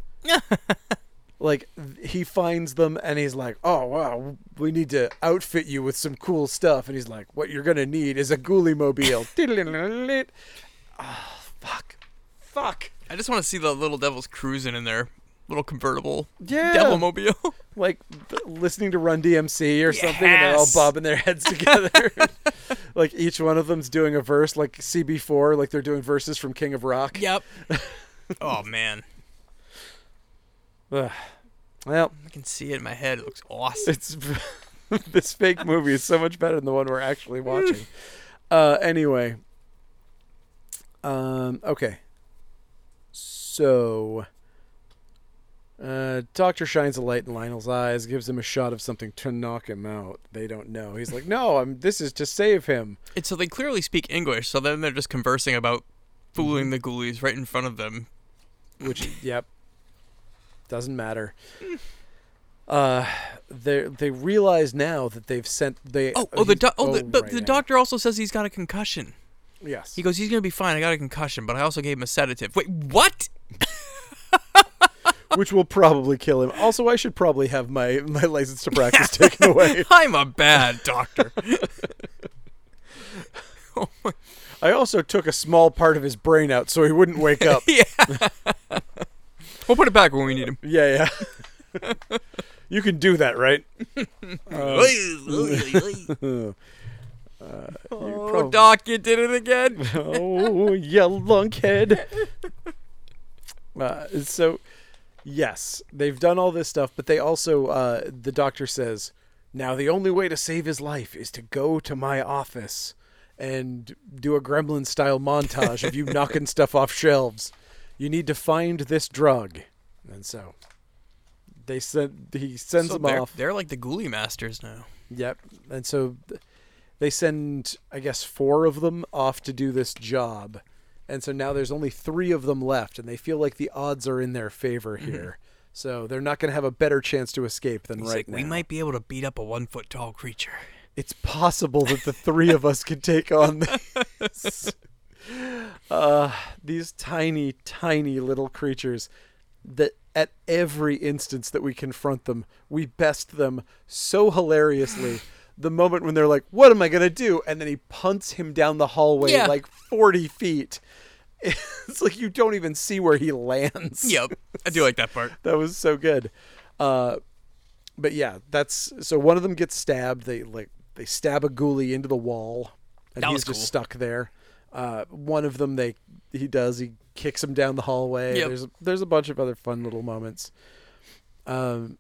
A: Like th- he finds them and he's like, "Oh wow, we need to outfit you with some cool stuff." And he's like, "What you're gonna need is a Ghoulie mobile." Ah, fuck, fuck.
B: I just want to see the little devils cruising in their little convertible
A: Yeah.
B: devil mobile. *laughs*
A: like th- listening to Run DMC or something, and they're all
B: Yes.
A: bobbing their heads together. *laughs* like each one of them's doing a verse, like CB4, like they're doing verses from King of Rock.
B: yep. oh man,
A: Ugh. Well,
B: I can see it in my head. It looks awesome.
A: it's *laughs* this fake movie is so much better than the one we're actually watching. uh, anyway, um, okay. So, uh, Doctor shines a light in Lionel's eyes, gives him a shot of something to knock him out. They don't know. He's like, "No, I'm. This is to save him."
B: And so they clearly speak English. So then they're just conversing about fooling the ghoulies right in front of them.
A: which
B: *coughs*
A: yep doesn't matter uh they they realize now that they've sent they
B: Oh, oh, the
A: he's-
B: doc oh, the, but
A: right,
B: the
A: yeah.
B: doctor also says he's got a concussion.
A: yes
B: He goes, he's gonna be fine. I got a concussion, but I also gave him a sedative. Wait, what? *laughs*
A: which will probably kill him also i should probably have my my license to practice taken away
B: I'm a bad doctor. *laughs*
A: i also took a small part of his brain out so he wouldn't wake up
B: yeah. *laughs* we'll put it back when we need him.
A: yeah *laughs* yeah you can do that right Um, *laughs*
B: oh,
A: prob-
B: Doc, you did it
A: *laughs*
B: again.
A: oh, you lunkhead. Uh, so, yes, they've done all this stuff, but they also, uh, the doctor says, now the only way to save his life is to go to my office and do a gremlin style montage
B: *laughs*
A: of you knocking stuff off shelves. You need to find this drug. And so they sent he sends
B: So
A: them
B: they're,
A: off.
B: they're like the ghoulie masters now.
A: Yep. And so th- they send, I guess, four of them off to do this job. And so now there's only three of them left, and they feel like the odds are in their favor here. So they're not going to have a better chance to escape than
B: Mm-hmm. He's
A: right
B: like,
A: now.
B: we might be able to beat up a one foot tall creature. *laughs*
A: It's possible that the three of us could take on this. uh, these tiny, tiny little creatures that at every instance that we confront them, we best them so hilariously. The moment when they're like, What am I going to do? And then he punts him down the hallway
B: Yeah.
A: like 40 feet. *laughs* It's like you don't even see where he lands.
B: Yep, I do like that part.
A: *laughs* That was so good. Uh, but yeah, that's so one of them gets stabbed. They like they stab a ghoulie into the wall, and
B: That
A: he's
B: was
A: just
B: cool.
A: stuck there. Uh, one of them they he does he kicks him down the hallway.
B: Yep.
A: There's there's a bunch of other fun little moments. Um,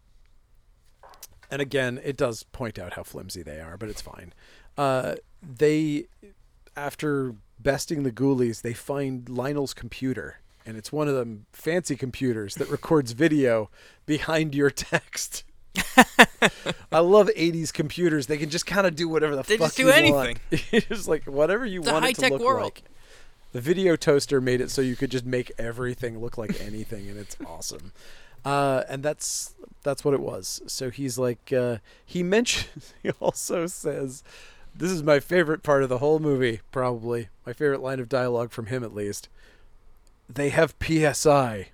A: and again, it does point out how flimsy they are, but it's fine. Uh, they after besting the ghoulies, they find Lionel's computer. And it's one of them fancy computers that records video behind your
B: *laughs*
A: text. I love 80s computers. They can just kind of do whatever the
B: They
A: fuck
B: just do
A: you
B: anything.
A: *laughs* want. It's just like whatever you
B: It's a
A: want it to
B: high-tech
A: look
B: world.
A: like. The video toaster made it so you could just make everything look like anything, and it's awesome. Uh, and that's that's what it was. So he's like, uh, he mentions, *laughs* he also says, this is my favorite part of the whole movie, probably my favorite line of dialogue from him, at least. They have psi.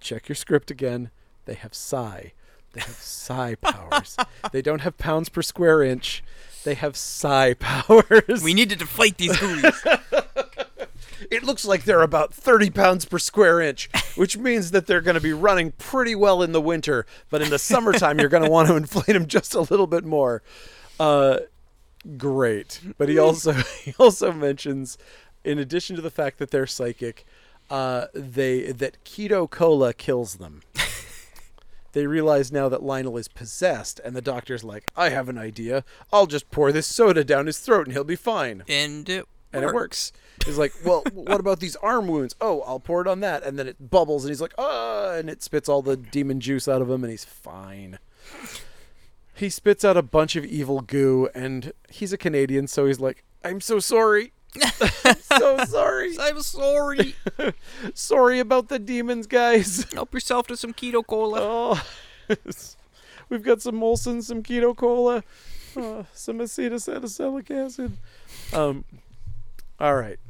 A: Check your script again.
B: *laughs*
A: They have psi. They have psi powers. they don't have pounds per square inch. They have psi powers.
B: We needed to fight these ghoulies.
A: *laughs* it looks like they're about 30 pounds per square inch, which means that they're going to be running pretty well in the winter, but in the summertime, you're going to want to *laughs* inflate them just a little bit more. Uh, great. But he also *laughs* he also mentions, in addition to the fact that they're psychic, uh, they that keto cola kills them. They realize now that Lionel is possessed, and the doctor's like, "I have an idea. I'll just pour this soda down his throat, and he'll be fine."
B: and it
A: and it works. He's like, well, what about these arm wounds? Oh, I'll pour it on that, and then it bubbles, and he's like, ah, and it spits all the demon juice out of him, and he's fine. He spits out a bunch of evil goo, and he's a Canadian, so he's like, I'm so sorry. *laughs* I'm so sorry.
B: I'm sorry.
A: Sorry about the demons, guys.
B: Help yourself to some keto cola.
A: Oh, *laughs* we've got some Molson, some keto cola, uh, some acetylsalicylic acid. Um, all right.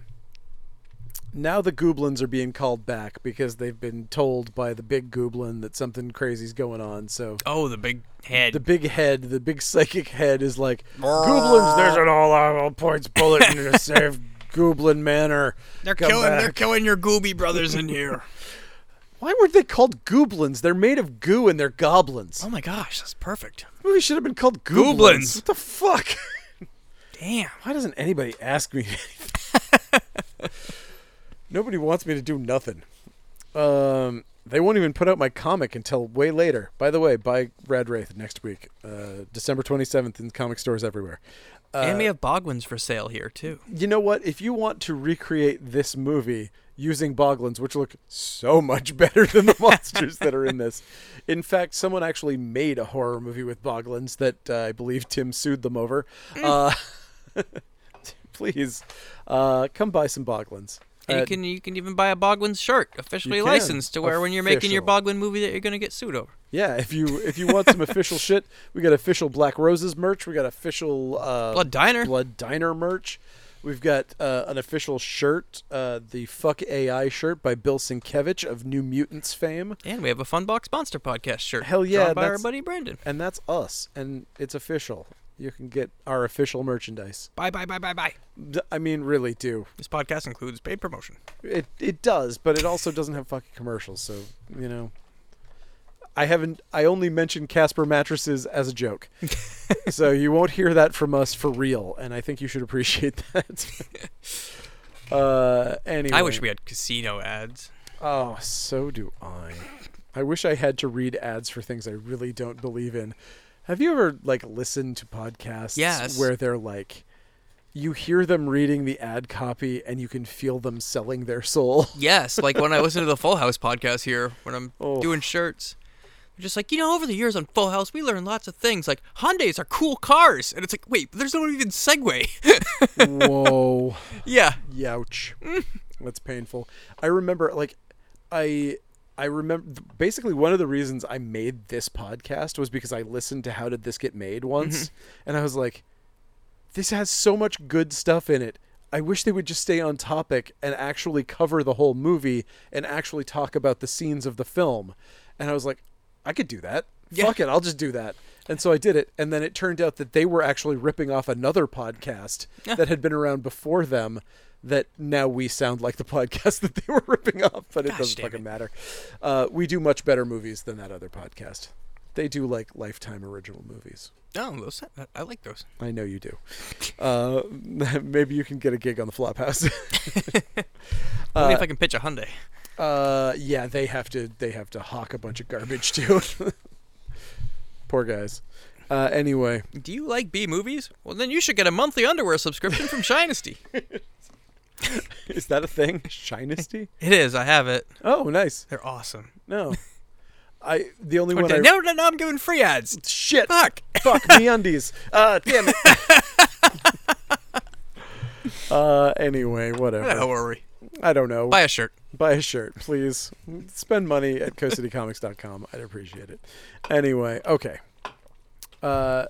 A: Now the goblins are being called back because they've been told by the big goblin that something crazy's going on. So
B: Oh, the big head.
A: the big head, the big psychic head, is like, "Goblins, there's an all-out points bulletin to save Goblin Manor.
B: they're
A: Come
B: killing. They're
A: back."
B: killing your gooby
A: *laughs*
B: brothers in here.
A: Why weren't they called goblins? They're made of goo and they're goblins.
B: oh my gosh, that's perfect.
A: We should have been called goblins.
B: Goblins.
A: What the fuck?
B: Damn.
A: *laughs* Why doesn't anybody ask me anything? *laughs* Nobody wants me to do nothing. Um, they won't even put out my comic until way later. By the way, buy Rad Wraith next week, uh, December 27th in comic stores everywhere.
B: and we have Bogwins for sale here too.
A: You know what? If you want to recreate this movie using Boglins, which look so much *laughs* better than the monsters that are in this, in fact, someone actually made a horror movie with Boglins that uh, I believe Tim sued them over. Uh,
B: Mm.
A: *laughs* please uh, come buy some Boglins.
B: And
A: Uh,
B: you can you can even buy a Bogwin's shirt, officially
A: can.
B: licensed to wear when you're making your
A: Official.
B: Bogwin movie that you're gonna get sued over.
A: yeah, if you if you want some
B: *laughs*
A: official shit, we got official Black Roses merch. We got official uh,
B: Blood Diner.
A: Blood Diner merch. We've got uh, an official shirt, uh, the Fuck AI shirt by Bill Sienkiewicz of New Mutants fame.
B: And we have a Funbox Monster Podcast shirt.
A: Hell yeah,
B: drawn by our
A: that's-
B: buddy Brandon.
A: And that's us, and it's official. You can get our official merchandise.
B: Bye bye bye bye bye.
A: D- I mean, really do.
B: This podcast includes paid promotion.
A: It it does, but it also doesn't have fucking commercials, so, you know. I haven't I only mentioned Casper mattresses as a
B: *laughs*
A: joke. so you won't hear that from us for real, and I think you should appreciate *laughs*
B: *laughs*
A: that. uh anyway.
B: I wish we had casino ads.
A: Oh, so do I. I wish I had to read ads for things I really don't believe in. Have you ever like listened to podcasts
B: Yes.
A: where they're like you hear them reading the ad copy and you can feel them selling their soul?
B: Yes, like when I listen to the Full House podcast here, when I'm
A: Oh.
B: doing shirts, they're just like, you know, over the years on Full House, we learned lots of things. Like Hyundai's are cool cars, and it's like, wait, but there's no even Segway. *laughs*
A: Whoa.
B: yeah,
A: *laughs* Youch. That's painful. I remember like I I remember basically one of the reasons I made this podcast was because I listened to How Did This Get Made once and I was like this has so much good stuff in it. I wish they would just stay on topic and actually cover the whole movie and actually talk about the scenes of the film. And I was like I could do that.
B: Yeah.
A: Fuck it, I'll just do that. And so I did it. And then it turned out that they were actually ripping off another
B: *laughs*
A: podcast that had been around before them that now we sound like the *laughs* podcast that they were ripping off, but it
B: Gosh,
A: doesn't
B: damn
A: fucking
B: it.
A: matter. Uh, we do much better movies than that other podcast. They do like lifetime original movies.
B: oh, those I- I like those.
A: I know you do. Uh, *laughs* maybe you can get a gig on the Flophouse. *laughs*
B: Only if I can pitch a Hyundai.
A: Uh, yeah, they have to they have to hawk a bunch of garbage *laughs* too. Poor guys. Uh, anyway,
B: Do you like B movies? Well, then you should get a monthly underwear subscription from Shinesty.
A: *laughs* is that a thing? Shinesty?
B: *laughs* it is. I have it.
A: Oh, nice.
B: They're awesome.
A: No, I the only one I
B: Okay, no, no, no, I'm giving free ads.
A: shit.
B: Fuck.
A: *laughs* Fuck me undies. Uh, damn *laughs* it. uh, anyway, whatever.
B: Don't worry.
A: I don't know.
B: Buy a shirt.
A: Buy a shirt, please. Spend money at coastcitycomics.com. I'd appreciate it. Anyway, okay. Uh,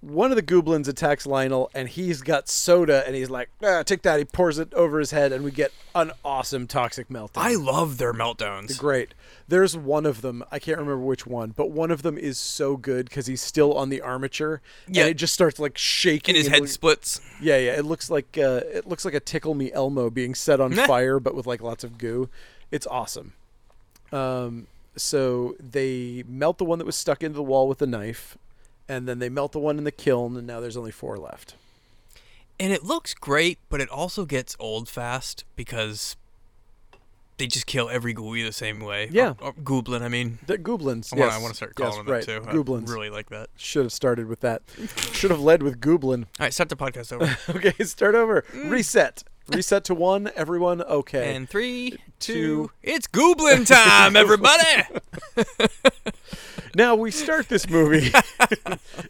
A: one of the goblins attacks Lionel, and he's got soda, and he's like, ah, "Take that!" He pours it over his head, and we get an awesome toxic meltdown.
B: I love their meltdowns.
A: Great. There's one of them. I can't remember which one, but one of them is so good because he's still on the armature.
B: Yeah.
A: And it just starts like shaking.
B: And his
A: it
B: head
A: loo-
B: splits.
A: yeah, yeah. It looks like uh, it looks like a tickle me Elmo being set
B: *laughs*
A: on fire, but with like lots of goo. It's awesome. Um, so they melt the one that was stuck into the wall with the knife, and then they melt the one in the kiln, and now there's only four left.
B: And it looks great, but it also gets old fast because they just kill every gooey the same way.
A: Yeah.
B: Or, or goblin, I mean.
A: The goblins.
B: I
A: yes.
B: wanna- I want to start
A: Yes,
B: calling them
A: right.
B: that too.
A: Goblins.
B: I really like that.
A: Should have started with that. Should have led with goblin.
B: All right, start the podcast over.
A: *laughs* Okay, start over. Reset. Reset to one. Everyone, okay.
B: Mm. and three, two,
A: Two.
B: it's
A: *laughs*
B: goblin time, everybody!
A: now we start this
B: *laughs*
A: movie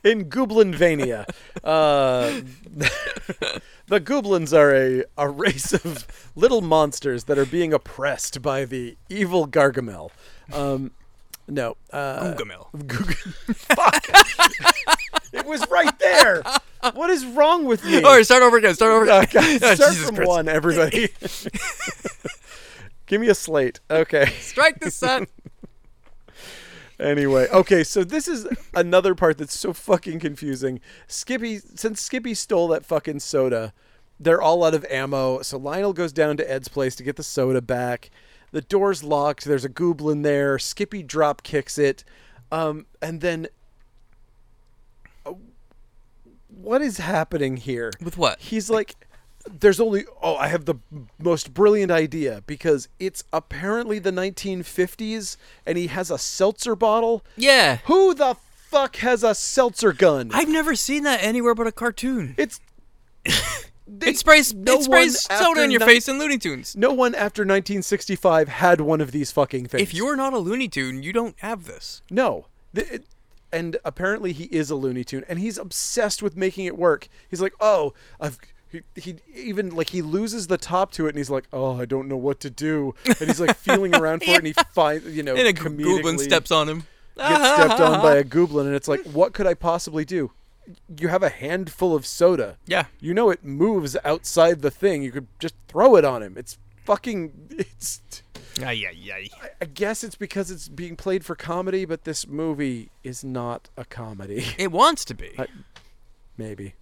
A: in Goblinvania. Uh, *laughs* the Goblins are a, a race of little monsters that are being oppressed by the evil Gargamel. Um, no. Uh,
B: Gargamel.
A: Goog- *laughs* Fuck! it was right there! What is wrong with me?
B: All right, start over again. Start over again.
A: Okay,
B: *laughs* Oh,
A: start
B: Jesus
A: from
B: Christ.
A: one,
B: *laughs*
A: everybody. Give me a slate. Okay.
B: Strike the sun.
A: Anyway, okay, so this is another part that's so fucking confusing. Skippy, since Skippy stole that fucking soda, they're all out of ammo. So Lionel goes down to Ed's place to get the soda back. The door's locked. There's a goblin there. Skippy drop kicks it, um, and then uh, what is happening here?
B: With what?
A: He's like, there's only, oh, I have the most brilliant idea because it's apparently the 1950s and he has a seltzer bottle.
B: Yeah.
A: Who the fuck has a seltzer gun?
B: *laughs* I've never seen that anywhere but a cartoon.
A: it's. They,
B: *laughs* It sprays,
A: no
B: it sprays
A: one
B: soda
A: after
B: in your
A: ni-
B: face in Looney Tunes.
A: No one after 1965 had one of these fucking things.
B: If you're not a Looney Tune, you don't have this.
A: No. Th- it- and apparently he is a Looney Tune and he's obsessed with making it work. He's like, oh, I've. He, he even like he loses the top to it and he's like, oh, I don't know what to do. And he's like feeling around for it
B: *laughs*
A: and he finds, you know,
B: And a g- goblin
A: comedically
B: steps on him.
A: gets stepped on by
B: *laughs*
A: a goblin and it's like, what could I possibly do? You have a handful of soda.
B: Yeah.
A: You know it moves outside the thing. You could just throw it on him. It's fucking. *laughs* It's.
B: Ay, ay, ay.
A: I guess it's because it's being played for comedy, but this movie is not a
B: *laughs*
A: comedy. *laughs*
B: It wants to be. I,
A: Maybe.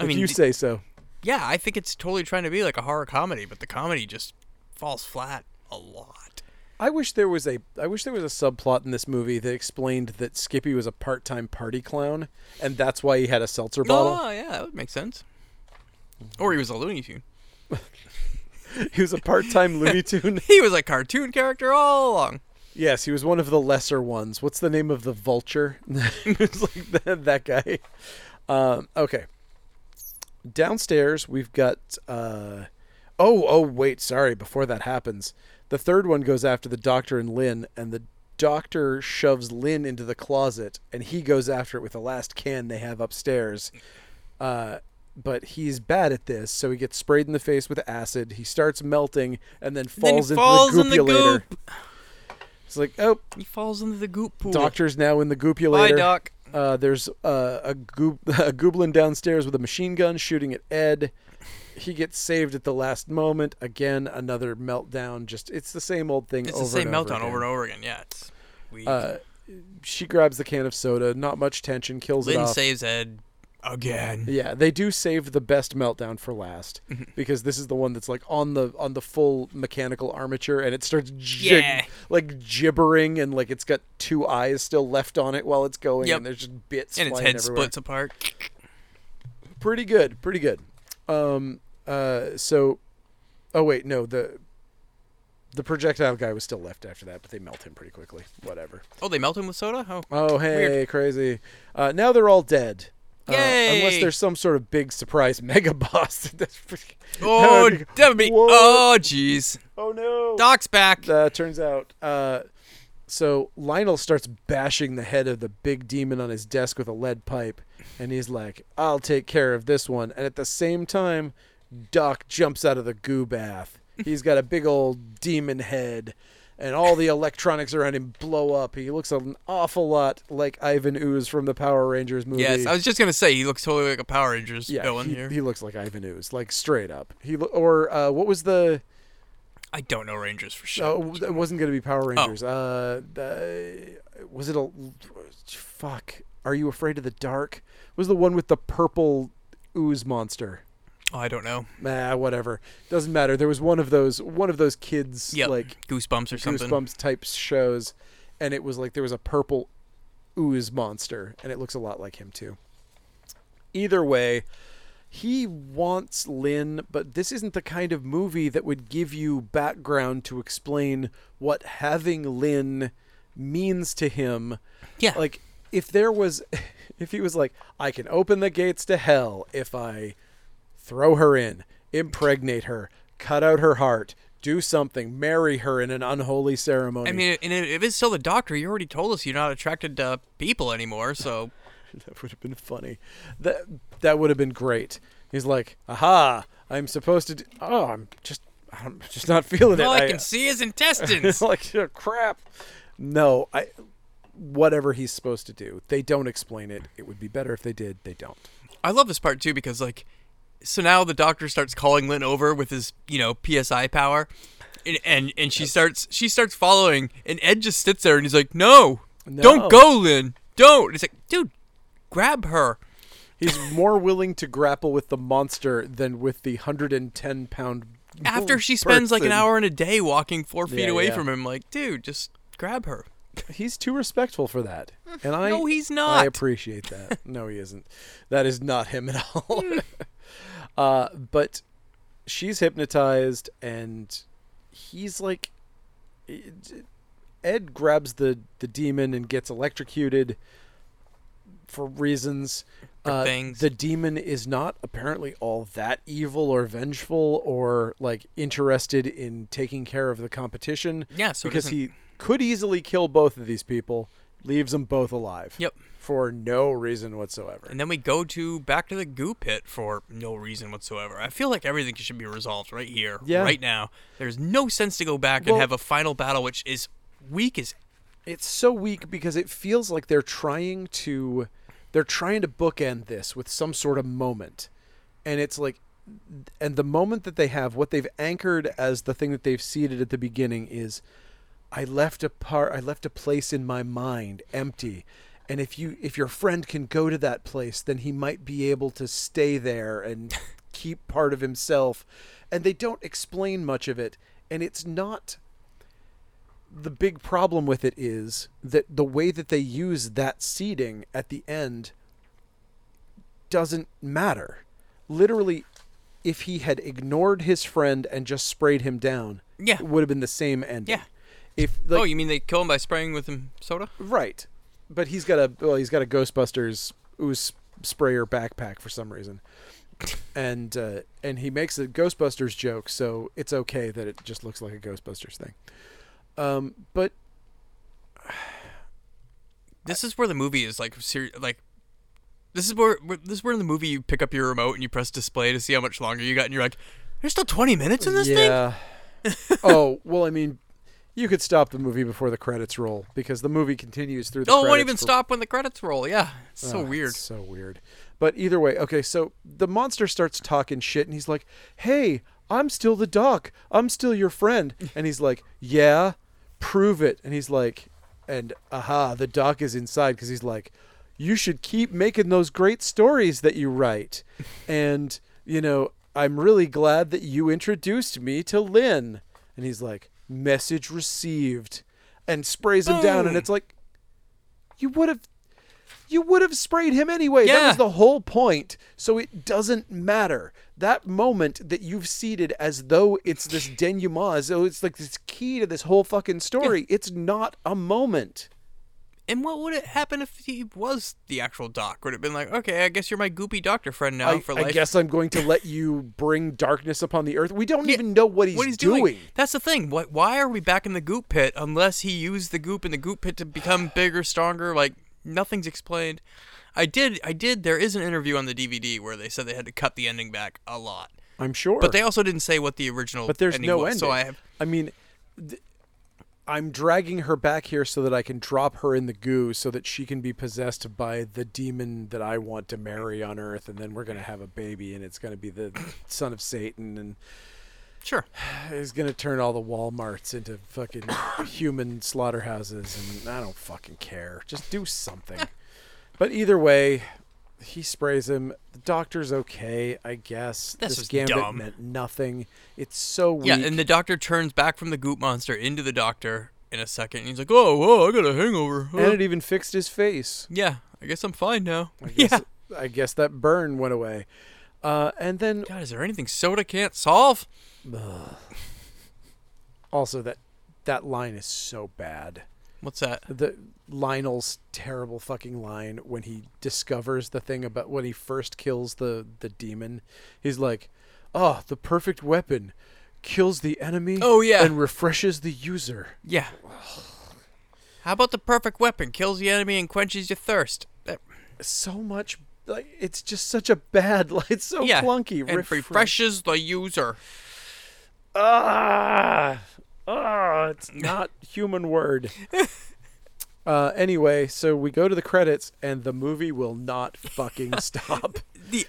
A: if
B: mean,
A: you
B: d-
A: say so.
B: yeah, I think it's totally trying to be like a horror comedy, but the comedy just falls flat a lot.
A: I wish there was a I wish there was a subplot in this movie that explained that Skippy was a part-time party clown and that's why he had a seltzer bottle.
B: Oh, yeah, that would make sense. Or he was a Looney Tune.
A: He was a part-time
B: *laughs*
A: Looney Tune.
B: He was a cartoon character all along.
A: yes, he was one of the lesser ones. What's the name of the vulture? *laughs* it's like that, that guy. Um, okay. Downstairs we've got uh Oh, oh wait, sorry, before that happens. The third one goes after the doctor and Lynn and the doctor shoves Lynn into the closet and he goes after it with the last can they have upstairs. Uh but he's bad at this, so he gets sprayed in the face with acid. He starts melting and then
B: then he
A: falls into
B: falls
A: the
B: in the
A: goopulator. It's like, oh,
B: He falls into the goop pool.
A: doctor's now in the
B: Bye,
A: goopulator.
B: Doc.
A: Uh, there's uh, a, goob- *laughs* a goblin downstairs with a machine gun shooting at Ed. He gets saved at the last moment. Again, another meltdown. Just it's the same old thing.
B: It's
A: over
B: the same
A: and over
B: meltdown
A: again.
B: over and over again. Yeah, it's weird.
A: Uh, she grabs the can of soda. Not much tension. Kills it
B: Lynn
A: off.
B: saves Ed again.
A: yeah, they do save the best meltdown for last
B: Mm-hmm.
A: because this is the one that's like on the on the full mechanical armature and it starts jig-
B: Yeah.
A: like gibbering and like it's got two eyes still left on it while it's going
B: Yep.
A: and there's just bits
B: And its
A: flying
B: head
A: everywhere.
B: splits apart.
A: pretty good, pretty good. Um, uh, so, oh wait, no the the projectile guy was still left after that, but they melt him pretty quickly. Whatever.
B: Oh, they melt him with soda? Oh.
A: Oh hey, crazy. Uh, now they're all dead. Uh, unless
B: Yay.
A: there's some sort of big surprise *laughs* mega boss. That's pretty- that
B: Oh,
A: would be-
B: that would be.
A: Whoa.
B: Oh, jeez.
A: oh no.
B: Doc's back.
A: Uh, turns out, uh, so Lionel starts bashing the head of the big demon on his desk with a lead pipe, and he's like, "I'll take care of this one." And at the same time, Doc jumps out of the goo bath. He's got a big old demon head, and all the electronics around him blow up. He looks an awful lot like Ivan Ooze from the Power Rangers movie.
B: Yes, I was just gonna say he looks totally like a Power Rangers
A: yeah,
B: villain
A: he,
B: here.
A: he looks like Ivan Ooze, like straight up. He lo- or uh, what was the?
B: I don't know Rangers for sure.
A: Oh, it wasn't going to be Power Rangers. Uh, the, was it a? Fuck. Are you afraid of the dark? Was the one with the purple ooze monster?
B: Oh, I don't know.
A: Nah, whatever. Doesn't matter. There was one of those one of those kids
B: Yeah,
A: like
B: Goosebumps or something.
A: Goosebumps type shows, and it was like there was a purple ooze monster, and it looks a lot like him too. Either way, he wants Lynn, but this isn't the kind of movie that would give you background to explain what having Lynn means to him.
B: Yeah.
A: Like if there was *laughs* if he was like, I can open the gates to hell if I throw her in, impregnate her, cut out her heart, do something, marry her in an unholy ceremony.
B: I mean, and if it's still the doctor, you already told us you're not attracted to people anymore. So
A: *laughs* that would have been funny. That that would have been great. He's like, aha, I'm supposed to. Do, oh, I'm just, I'm just not feeling
B: all
A: it.
B: I can
A: *laughs*
B: see is intestines.
A: like "Oh, crap. No, I. Whatever he's supposed to do, they don't explain it. It would be better if they did. They don't.
B: I love this part too because like, so now the doctor starts calling Lynn over with his you know psi power, and and, and she starts she starts following, and Ed just sits there and he's like, no,
A: No.
B: don't go, Lynn, don't. And it's like, dude, grab her. *laughs*
A: He's more willing to grapple with the monster than with the hundred and ten pound.
B: After she spends like an
A: person.
B: hour and a day walking four feet
A: Yeah,
B: away
A: yeah.
B: from him, like, dude, just grab her.
A: he's too respectful for that. And I
B: Hmm. No, he's
A: I
B: not.
A: appreciate
B: *laughs*
A: that. no, he isn't. That is not him at all.
B: Hmm.
A: *laughs* uh, but she's hypnotized, and he's like, Ed grabs the the demon and gets electrocuted for reasons. uh,
B: things.
A: The demon is not apparently all that evil or vengeful or like interested in taking care of the competition.
B: Yeah, so it
A: because
B: isn't-
A: he could easily kill both of these people, leaves them both alive.
B: Yep.
A: For no reason whatsoever.
B: And then we go to back to the goo pit for no reason whatsoever. I feel like everything should be resolved right here,
A: Yeah.
B: right now. There's no sense to go back
A: Well-
B: and have a final battle, which is weak as
A: It's so weak because it feels like they're trying to they're trying to bookend this with some sort of moment. And it's like and the moment that they have what they've anchored as the thing that they've seeded at the beginning is I left a part I left a place in my mind empty. And if you if your friend can go to that place, then he might be able to stay there and keep part of himself. And they don't explain much of it. And it's not the big problem with it is that the way that they use that seeding at the end doesn't matter. Literally, if he had ignored his friend and just sprayed him down,
B: Yeah.
A: it would have been the same ending.
B: Yeah.
A: If like,
B: Oh, you mean they kill him by spraying with him soda?
A: Right, but he's got a well, he's got a Ghostbusters ooze sprayer backpack for some reason, and uh, and he makes a Ghostbusters joke, so it's okay that it just looks like a Ghostbusters thing. Um, but
B: This is where the movie is like ser- like this is where where- this is where in the movie you pick up your remote and you press display to see how much longer you got and you're like there's still 20 minutes in this thing? *laughs*
A: yeah, oh well, I mean, you could stop the movie before the credits roll because the movie continues through. the
B: Oh, it won't
A: credits Oh,
B: even
A: for-
B: stop when the credits roll. Yeah. It's so
A: Ugh,
B: weird.
A: it's so weird. But either way, okay, so the monster starts talking shit and he's like, Hey, I'm still the doc. I'm still your friend. And he's like, Yeah, prove it. And he's like, And aha, the doc is inside because he's like, You should keep making those great stories that you write. And, you know, I'm really glad that you introduced me to Lynn. And he's like, Message received. And sprays him down. And
B: Boom.
A: it's like, You would have you would have sprayed him anyway. That
B: Yeah.
A: was the whole point. So it doesn't matter. That moment that you've seeded as though it's
B: *laughs*
A: this denouement, as though it's like this key to this whole fucking story, it's not a moment.
B: And what would it happen if he was the actual doc? Would it have been like, okay, I guess you're my goopy doctor friend now
A: I,
B: for
A: I
B: life?
A: guess I'm going to let you bring darkness upon the earth. We don't even know what he's,
B: what he's doing.
A: doing.
B: That's the thing. Why, why are we back in the goop pit unless he used the goop in the goop pit to become bigger, stronger? Like nothing's explained. I did. I did. There is an interview on the DVD where they said they had to cut the ending back a lot,
A: I'm sure.
B: but they also didn't say what the original.
A: But there's
B: ending
A: no
B: was,
A: ending.
B: So I have.
A: I mean, th- I'm dragging her back here so that I can drop her in the goo so that she can be possessed by the demon that I want to marry on earth and then we're going to have a baby and it's going to be the
B: *coughs*
A: son of Satan and *sighs*
B: Sure.
A: he's going to turn all the Walmarts into fucking
B: *coughs*
A: human slaughterhouses and I don't fucking care. Just do something. but either way, he sprays him. The doctor's okay, I guess.
B: This
A: this
B: was
A: gambit
B: dumb.
A: meant nothing. It's so weak.
B: Yeah, and the doctor turns back from the goop monster into the doctor in a second. And he's like, "Oh, whoa, I got a hangover." huh?"
A: and it even fixed his face.
B: yeah, I guess I'm fine now.
A: I guess,
B: *laughs* Yeah.
A: I guess that burn went away. Uh, and then
B: God, is there anything soda can't solve?
A: also that that line is so bad.
B: What's that?
A: The Lionel's terrible fucking line when he discovers the thing about when he first kills the the demon. He's like, "Oh, the perfect weapon kills the enemy
B: Oh, yeah.
A: and refreshes the user."
B: Yeah. How about the perfect weapon kills the enemy and quenches your thirst? That-
A: So much like it's just such a bad *laughs* like it's so
B: yeah,
A: clunky.
B: and
A: Riff-
B: refreshes the user.
A: Ah, ah,
B: *laughs*
A: it's not human word. Uh, anyway, so we go to the credits, and the movie will not
B: *laughs*
A: fucking stop.
B: The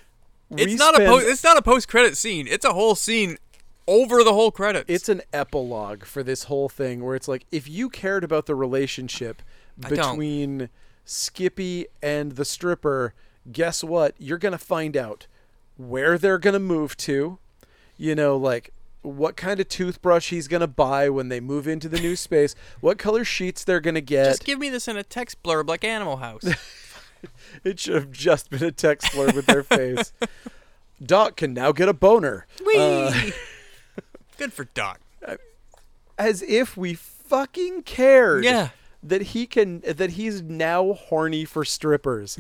A: We
B: it's not a po-
A: spend-
B: it's not a post credit scene. It's a whole scene over the whole credits.
A: It's an epilogue for this whole thing, where it's like, if you cared about the relationship
B: don't.
A: between Skippy and the stripper, guess what? You're gonna find out where they're gonna move to. you know, like what kind of toothbrush he's gonna buy when they move into the new *laughs* space, what color sheets they're gonna get.
B: just give me this in a text blurb like Animal
A: *laughs*
B: House.
A: it should have just been a text blurb with their face. *laughs* Doc can now get a boner, Uh,
B: Whee! *laughs* Good for Doc.
A: as if we fucking cared.
B: Yeah.
A: That he can, that he's now horny for *laughs* strippers.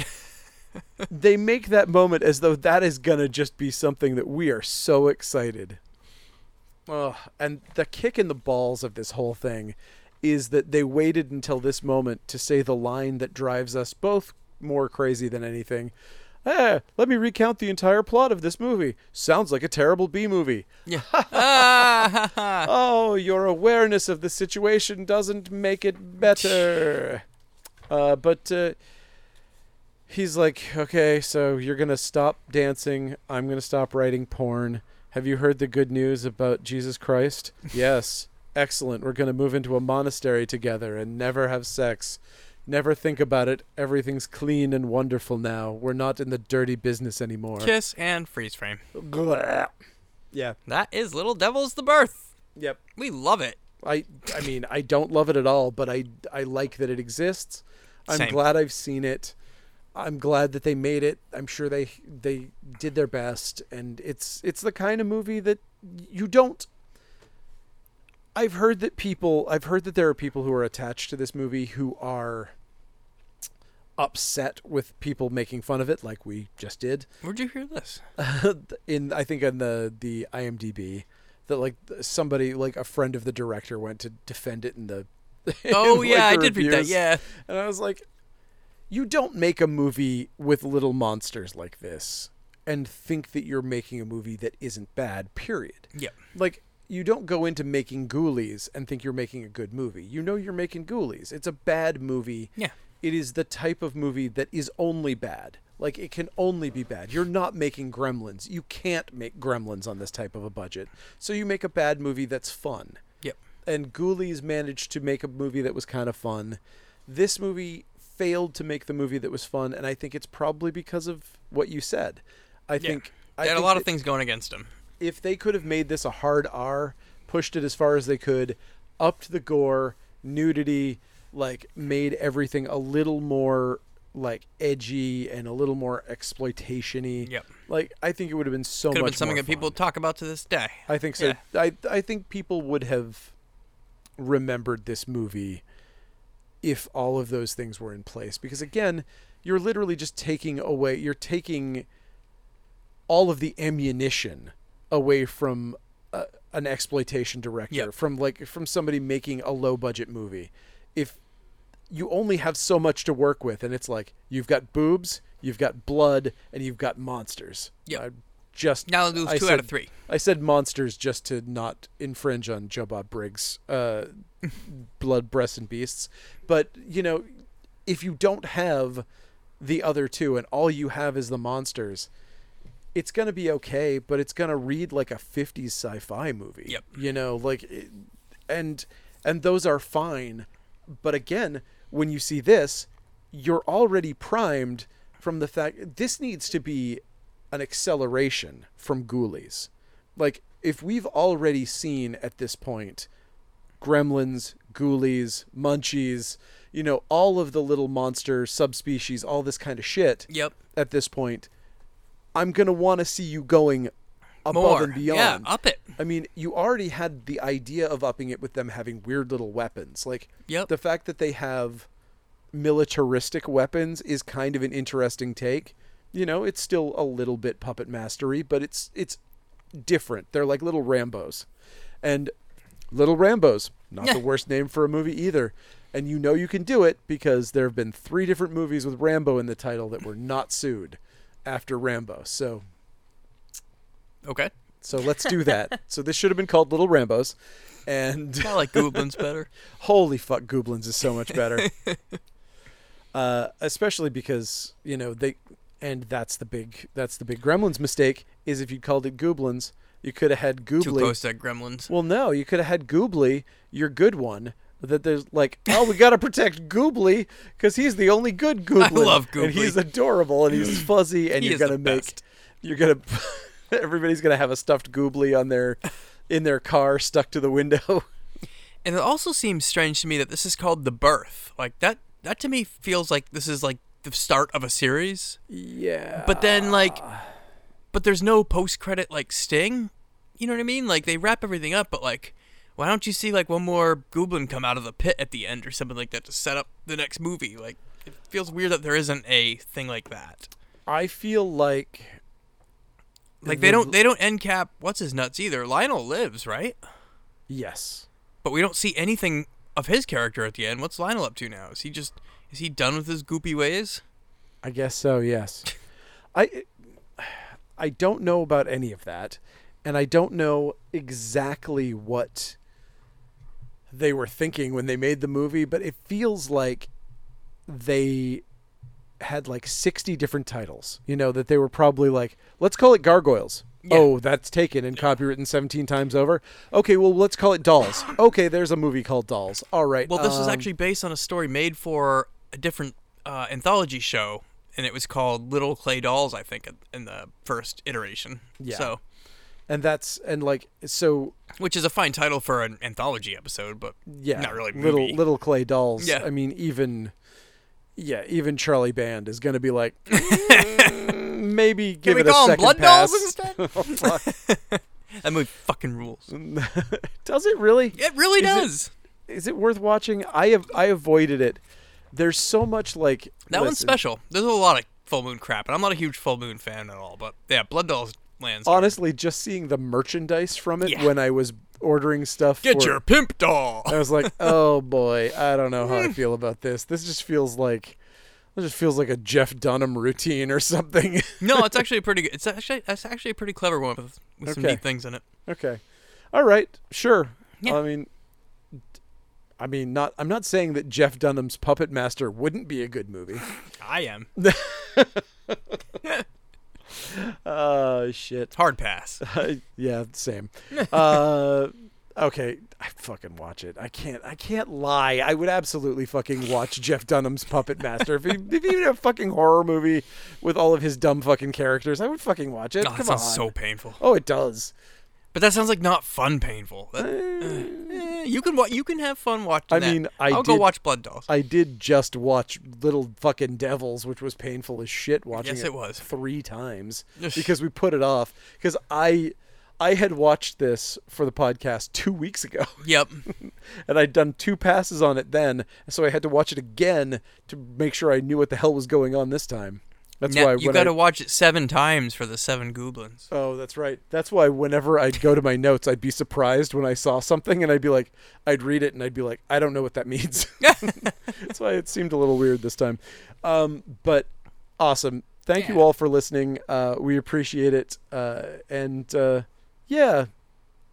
A: they make that moment as though that is gonna just be something that we are so excited. Ugh, and the kick in the balls of this whole thing is that they waited until this moment to say the line that drives us both more crazy than anything. Eh, let me recount the entire plot of this movie. Sounds like a terrible B movie.
B: Yeah. *laughs* ah, *laughs* ha, ha.
A: Oh, your awareness of the situation doesn't make it better. Uh, but uh, he's like, okay, so you're going to stop dancing. I'm going to stop writing porn. Have you heard the good news about Jesus Christ? yes. Excellent. We're going to move into a monastery together and never have sex. Never think about it. Everything's clean and wonderful now. We're not in the dirty business anymore.
B: Kiss and freeze frame.
A: Yeah.
B: That is Little Devil's the Birth.
A: Yep.
B: We love it.
A: I I mean I don't love it at all, but I I like that it exists. I'm
B: Same.
A: glad I've seen it. I'm glad that they made it. I'm sure they they did their best, and it's it's the kind of movie that you don't. I've heard that people I've heard that there are people who are attached to this movie who are upset with people making fun of it, like we just did
B: Where'd you hear this?
A: *laughs* in I think on the the IMDb that like somebody like a friend of the director went to defend it in the *laughs* in,
B: Oh
A: like,
B: yeah, I
A: the
B: did read that.
A: reviews.
B: Yeah.
A: and I was like, you don't make a movie with little monsters like this and think that you're making a movie that isn't bad. Period.
B: Yep.
A: Like you don't go into making Ghoulies and think you're making a good movie. You know you're making Ghoulies. It's a bad movie.
B: Yeah.
A: It is the type of movie that is only bad. Like it can only be bad. You're not making Gremlins. You can't make Gremlins on this type of a budget. So you make a bad movie that's fun
B: Yep.
A: and Ghoulies managed to make a movie that was kind of fun. This movie failed to make the movie that was fun, and I think it's probably because of what you said. I think I
B: They had a
A: think
B: lot of
A: that
B: things going against him.
A: if they could have made this a hard R, pushed it as far as they could, upped the gore, nudity, like made everything a little more like edgy and a little more exploitationy.
B: Yep.
A: Like I think it would have been so
B: Could have
A: much
B: been something
A: more
B: that people
A: fun.
B: talk about to this day.
A: I think so.
B: Yeah.
A: I I think people would have remembered this movie if all of those things were in place because again, you're literally just taking away you're taking all of the ammunition away from uh, an exploitation director
B: Yep.
A: from like from somebody making a low budget movie. If you only have so much to work with and it's like you've got boobs, you've got blood, and you've got monsters.
B: Yep.
A: I just
B: Now it moves
A: I
B: two
A: said,
B: out of three.
A: I said monsters just to not infringe on Joe Bob Briggs' uh,
B: *laughs*
A: blood, breasts, and beasts. But you know, if you don't have the other two and all you have is the monsters, it's gonna be okay. But it's gonna read like a '50s sci-fi movie.
B: Yep.
A: You know, like, it- and and those are fine. But again, when you see this, you're already primed from the fact this needs to be an acceleration from Ghoulies. Like, if we've already seen at this point gremlins, ghoulies, munchies, you know, all of the little monster subspecies, all this kind of shit
B: Yep.
A: at this point, I'm going to want to see you going above
B: More.
A: and beyond.
B: Yeah, up it.
A: I mean, you already had the idea of upping it with them having weird little weapons. Like
B: Yep.
A: the fact that they have militaristic weapons is kind of an interesting take. You know, it's still a little bit puppet mastery, but it's it's different. They're like little Rambos. And little Rambos, not
B: Yeah.
A: the worst name for a movie either. And you know you can do it because there have been three different movies with Rambo in the title that were not sued after Rambo. So
B: Okay.
A: so let's do that. so this should have been called Little Rambos. And
B: I like
A: *laughs*
B: Gooblin's better.
A: holy fuck, Gooblins is so much
B: *laughs*
A: better. uh, especially because you know they, and that's the big that's the big Gremlins mistake is if you called it Gooblins, you could have had
B: Too
A: Goobly.
B: close to Gremlins.
A: Well, no, you could have had Goobly, your good one. That there's like, oh, we gotta protect Goobly because he's the only
B: *laughs*
A: good Gooblin.
B: love
A: and he's
B: Goobly.
A: adorable, and
B: *laughs*
A: he's fuzzy, and
B: He
A: you're
B: is the
A: gonna make,
B: best.
A: you're gonna, *laughs* everybody's gonna have a stuffed Goobly on their, in their car stuck to the
B: *laughs*
A: window.
B: And it also seems strange to me that this is called The Birth. Like that that to me feels like this is like the start of a series.
A: Yeah,
B: But then like but there's no post credit like sting. You know what I mean? Like they wrap everything up, but like why don't you see like one more goblin come out of the pit at the end or something like that to set up the next movie? Like it feels weird that there isn't a thing like that.
A: I feel like
B: Like they don't they don't end cap what's his nuts either. Lionel lives, right?
A: yes,
B: But we don't see anything of his character at the end. What's Lionel up to now? Is he just is he done with his goopy ways?
A: I guess so.
B: *laughs*
A: Yes, I, I don't know about any of that, and I don't know exactly what they were thinking when they made the movie, but it feels like they had like 60 different titles, you know, that they were probably like, let's call it Gargoyles. Oh, that's taken and copywritten 17 times over. Okay, well, let's call it Dolls. Okay, there's a movie called Dolls. All right.
B: Well, this was
A: um,
B: actually based on a story made for a different uh, anthology show, and it was called Little Clay Dolls, I think, in- in the first iteration.
A: Yeah.
B: So,
A: And that's, and like, so
B: which is a fine title for an anthology episode, but
A: yeah,
B: not really a
A: little
B: movie.
A: little clay dolls.
B: Yeah.
A: I mean even yeah, even Charlie Band is going to be
B: *laughs*
A: like "Mm, maybe give
B: Can we
A: it a
B: call them
A: second
B: Blood
A: pass. Oh,
B: Dolls
A: *laughs*
B: instead? *laughs* that movie fucking rules.
A: does it really?
B: It really
A: Is it-
B: does.
A: Is it worth watching? I have I avoided it. There's so much like
B: that one's
A: listen,
B: special. There's a lot of full moon crap, and I'm not a huge full moon fan at all. But yeah, Blood Dolls lands.
A: Honestly, just seeing the merchandise from it
B: Yeah.
A: when I was ordering stuff
B: Get
A: for-
B: your pimp doll.
A: I was
B: *laughs*
A: like, "Oh boy, I don't know how I feel about this. This just feels like this just feels like a Jeff Dunham routine or something." *laughs*
B: no, it's actually a pretty good. It's actually it's actually a pretty clever one with, with some
A: Okay.
B: neat things in it.
A: Okay. All right. Sure.
B: Yeah.
A: I mean, I mean, not. I'm not saying that Jeff Dunham's Puppet Master wouldn't be a good
B: *laughs*
A: movie.
B: I am Oh,
A: Uh, *laughs* shit.
B: hard pass.
A: yeah,
B: *laughs*
A: same. uh, okay. I fucking watch it. I can't. I can't lie. I would absolutely fucking watch Jeff Dunham's Puppet Master if he if he did a fucking horror movie with all of his dumb fucking characters. I would fucking watch it.
B: Oh, that
A: Come on.
B: sounds so painful.
A: oh, it
B: *sighs*
A: does.
B: But that sounds like not fun. Painful. That- eh, you can wa- you can have fun watching.
A: Uh, I
B: that.
A: mean, I
B: will go
A: did-
B: watch Blood Dolls.
A: I did just watch Little Fucking Devils, which was painful as shit watching
B: Yes, it was.
A: three times
B: Yes.
A: because we put it off because I I had watched this for the podcast 2 weeks ago *laughs*
B: yep.
A: and I'd done two passes on it then so I had to watch it again to make sure I knew what the hell was going on this time. That's
B: Now,
A: why
B: you
A: when
B: got to
A: I,
B: watch it seven times for the seven goblins.
A: Oh, that's right. That's why whenever I'd go to my notes, I'd be surprised when I saw something and I'd be like, I'd read it and I'd be like, I don't know what that means. that's why it seemed a little weird this time. Um, but awesome. thank you all for listening. Uh, we appreciate it. Uh, and uh, yeah,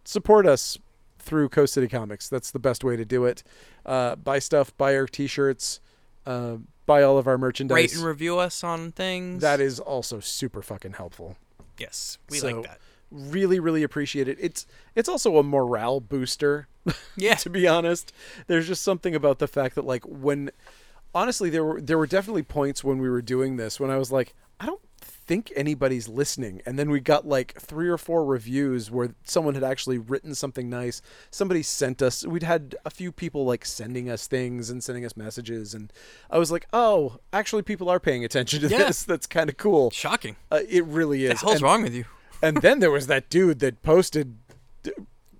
A: support us through Coast City Comics. That's the best way to do it. Uh, buy stuff, buy our t shirts, uh, buy all of our
B: Rate
A: merchandise.
B: and review us on things.
A: that is also super fucking helpful.
B: yes, we
A: So-
B: like that.
A: Really, really appreciate it. It's it's also a morale booster *laughs*
B: Yeah,
A: to be honest. There's just something about the fact that like when honestly there were there were definitely points when we were doing this when I was like, I don't think anybody's listening. And then we got like three or four reviews where someone had actually written something nice. Somebody sent us we'd had a few people like sending us things and sending us messages and I was like, Oh, actually people are paying attention to
B: Yeah.
A: this. That's kinda cool.
B: shocking.
A: Uh, it really
B: The
A: is.
B: hell's
A: And-
B: wrong with you?
A: and then there was that dude that posted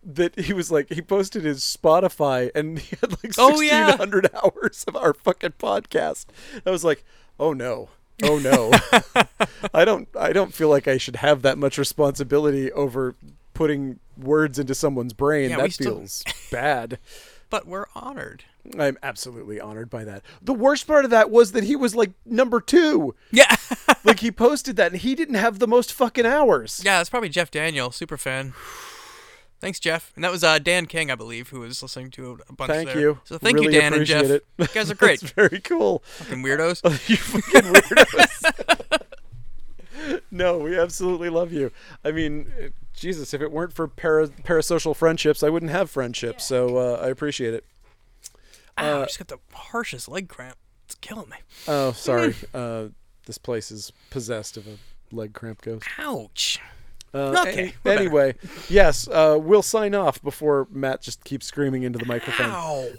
A: that he was like he posted his Spotify and he had like
B: Oh, yeah.
A: sixteen hundred hours of our fucking podcast. I was like, oh no, oh
B: *laughs*
A: no, I don't I don't feel like I should have that much responsibility over putting words into someone's brain.
B: Yeah, we
A: that
B: still-
A: feels bad.
B: But we're honored.
A: I'm absolutely honored by that. The worst part of that was that he was like number two. *laughs*
B: Yeah,
A: Like he posted that and he didn't have the most fucking hours.
B: yeah. It's probably Jeff Daniel, super fan. Thanks, Jeff. And that was uh, Dan King, I believe, who was listening to a bunch.
A: Thank
B: there.
A: you.
B: So thank
A: Really
B: you, Dan and Jeff.
A: appreciate it. Uh,
B: You guys are
A: *laughs*
B: great.
A: It's very cool.
B: *laughs* Fucking weirdos.
A: you fucking weirdos. *laughs* no, we absolutely love you. I mean, eh, Jesus, if it weren't for para- parasocial friendships, I wouldn't have friendships. So uh, I appreciate it.
B: Ow, Ah, I just got the harshest leg cramp. It's killing me.
A: Oh, sorry. uh, this place is possessed of a leg cramp ghost.
B: Ouch.
A: Uh,
B: Okay,
A: any-
B: we're better.
A: anyway, yes, uh, we'll sign off before Matt just keeps screaming into the microphone.
B: Ow.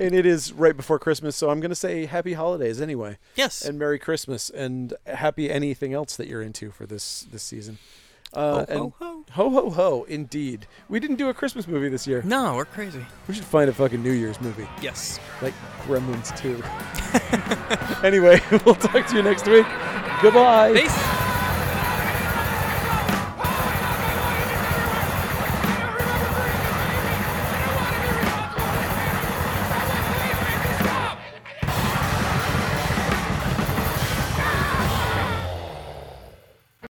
A: And it is right before Christmas, so I'm going to say happy holidays anyway.
B: yes.
A: and Merry Christmas and happy anything else that you're into for this this season. Uh,
B: Ho, ho,
A: and-
B: ho.
A: ho ho ho! Indeed, we didn't do a Christmas movie this year.
B: no, we're crazy.
A: We should find a fucking New Year's movie, *laughs*
B: Yes.
A: like *laughs* Gremlins 2. anyway, we'll talk to you next week. Goodbye.
B: Peace.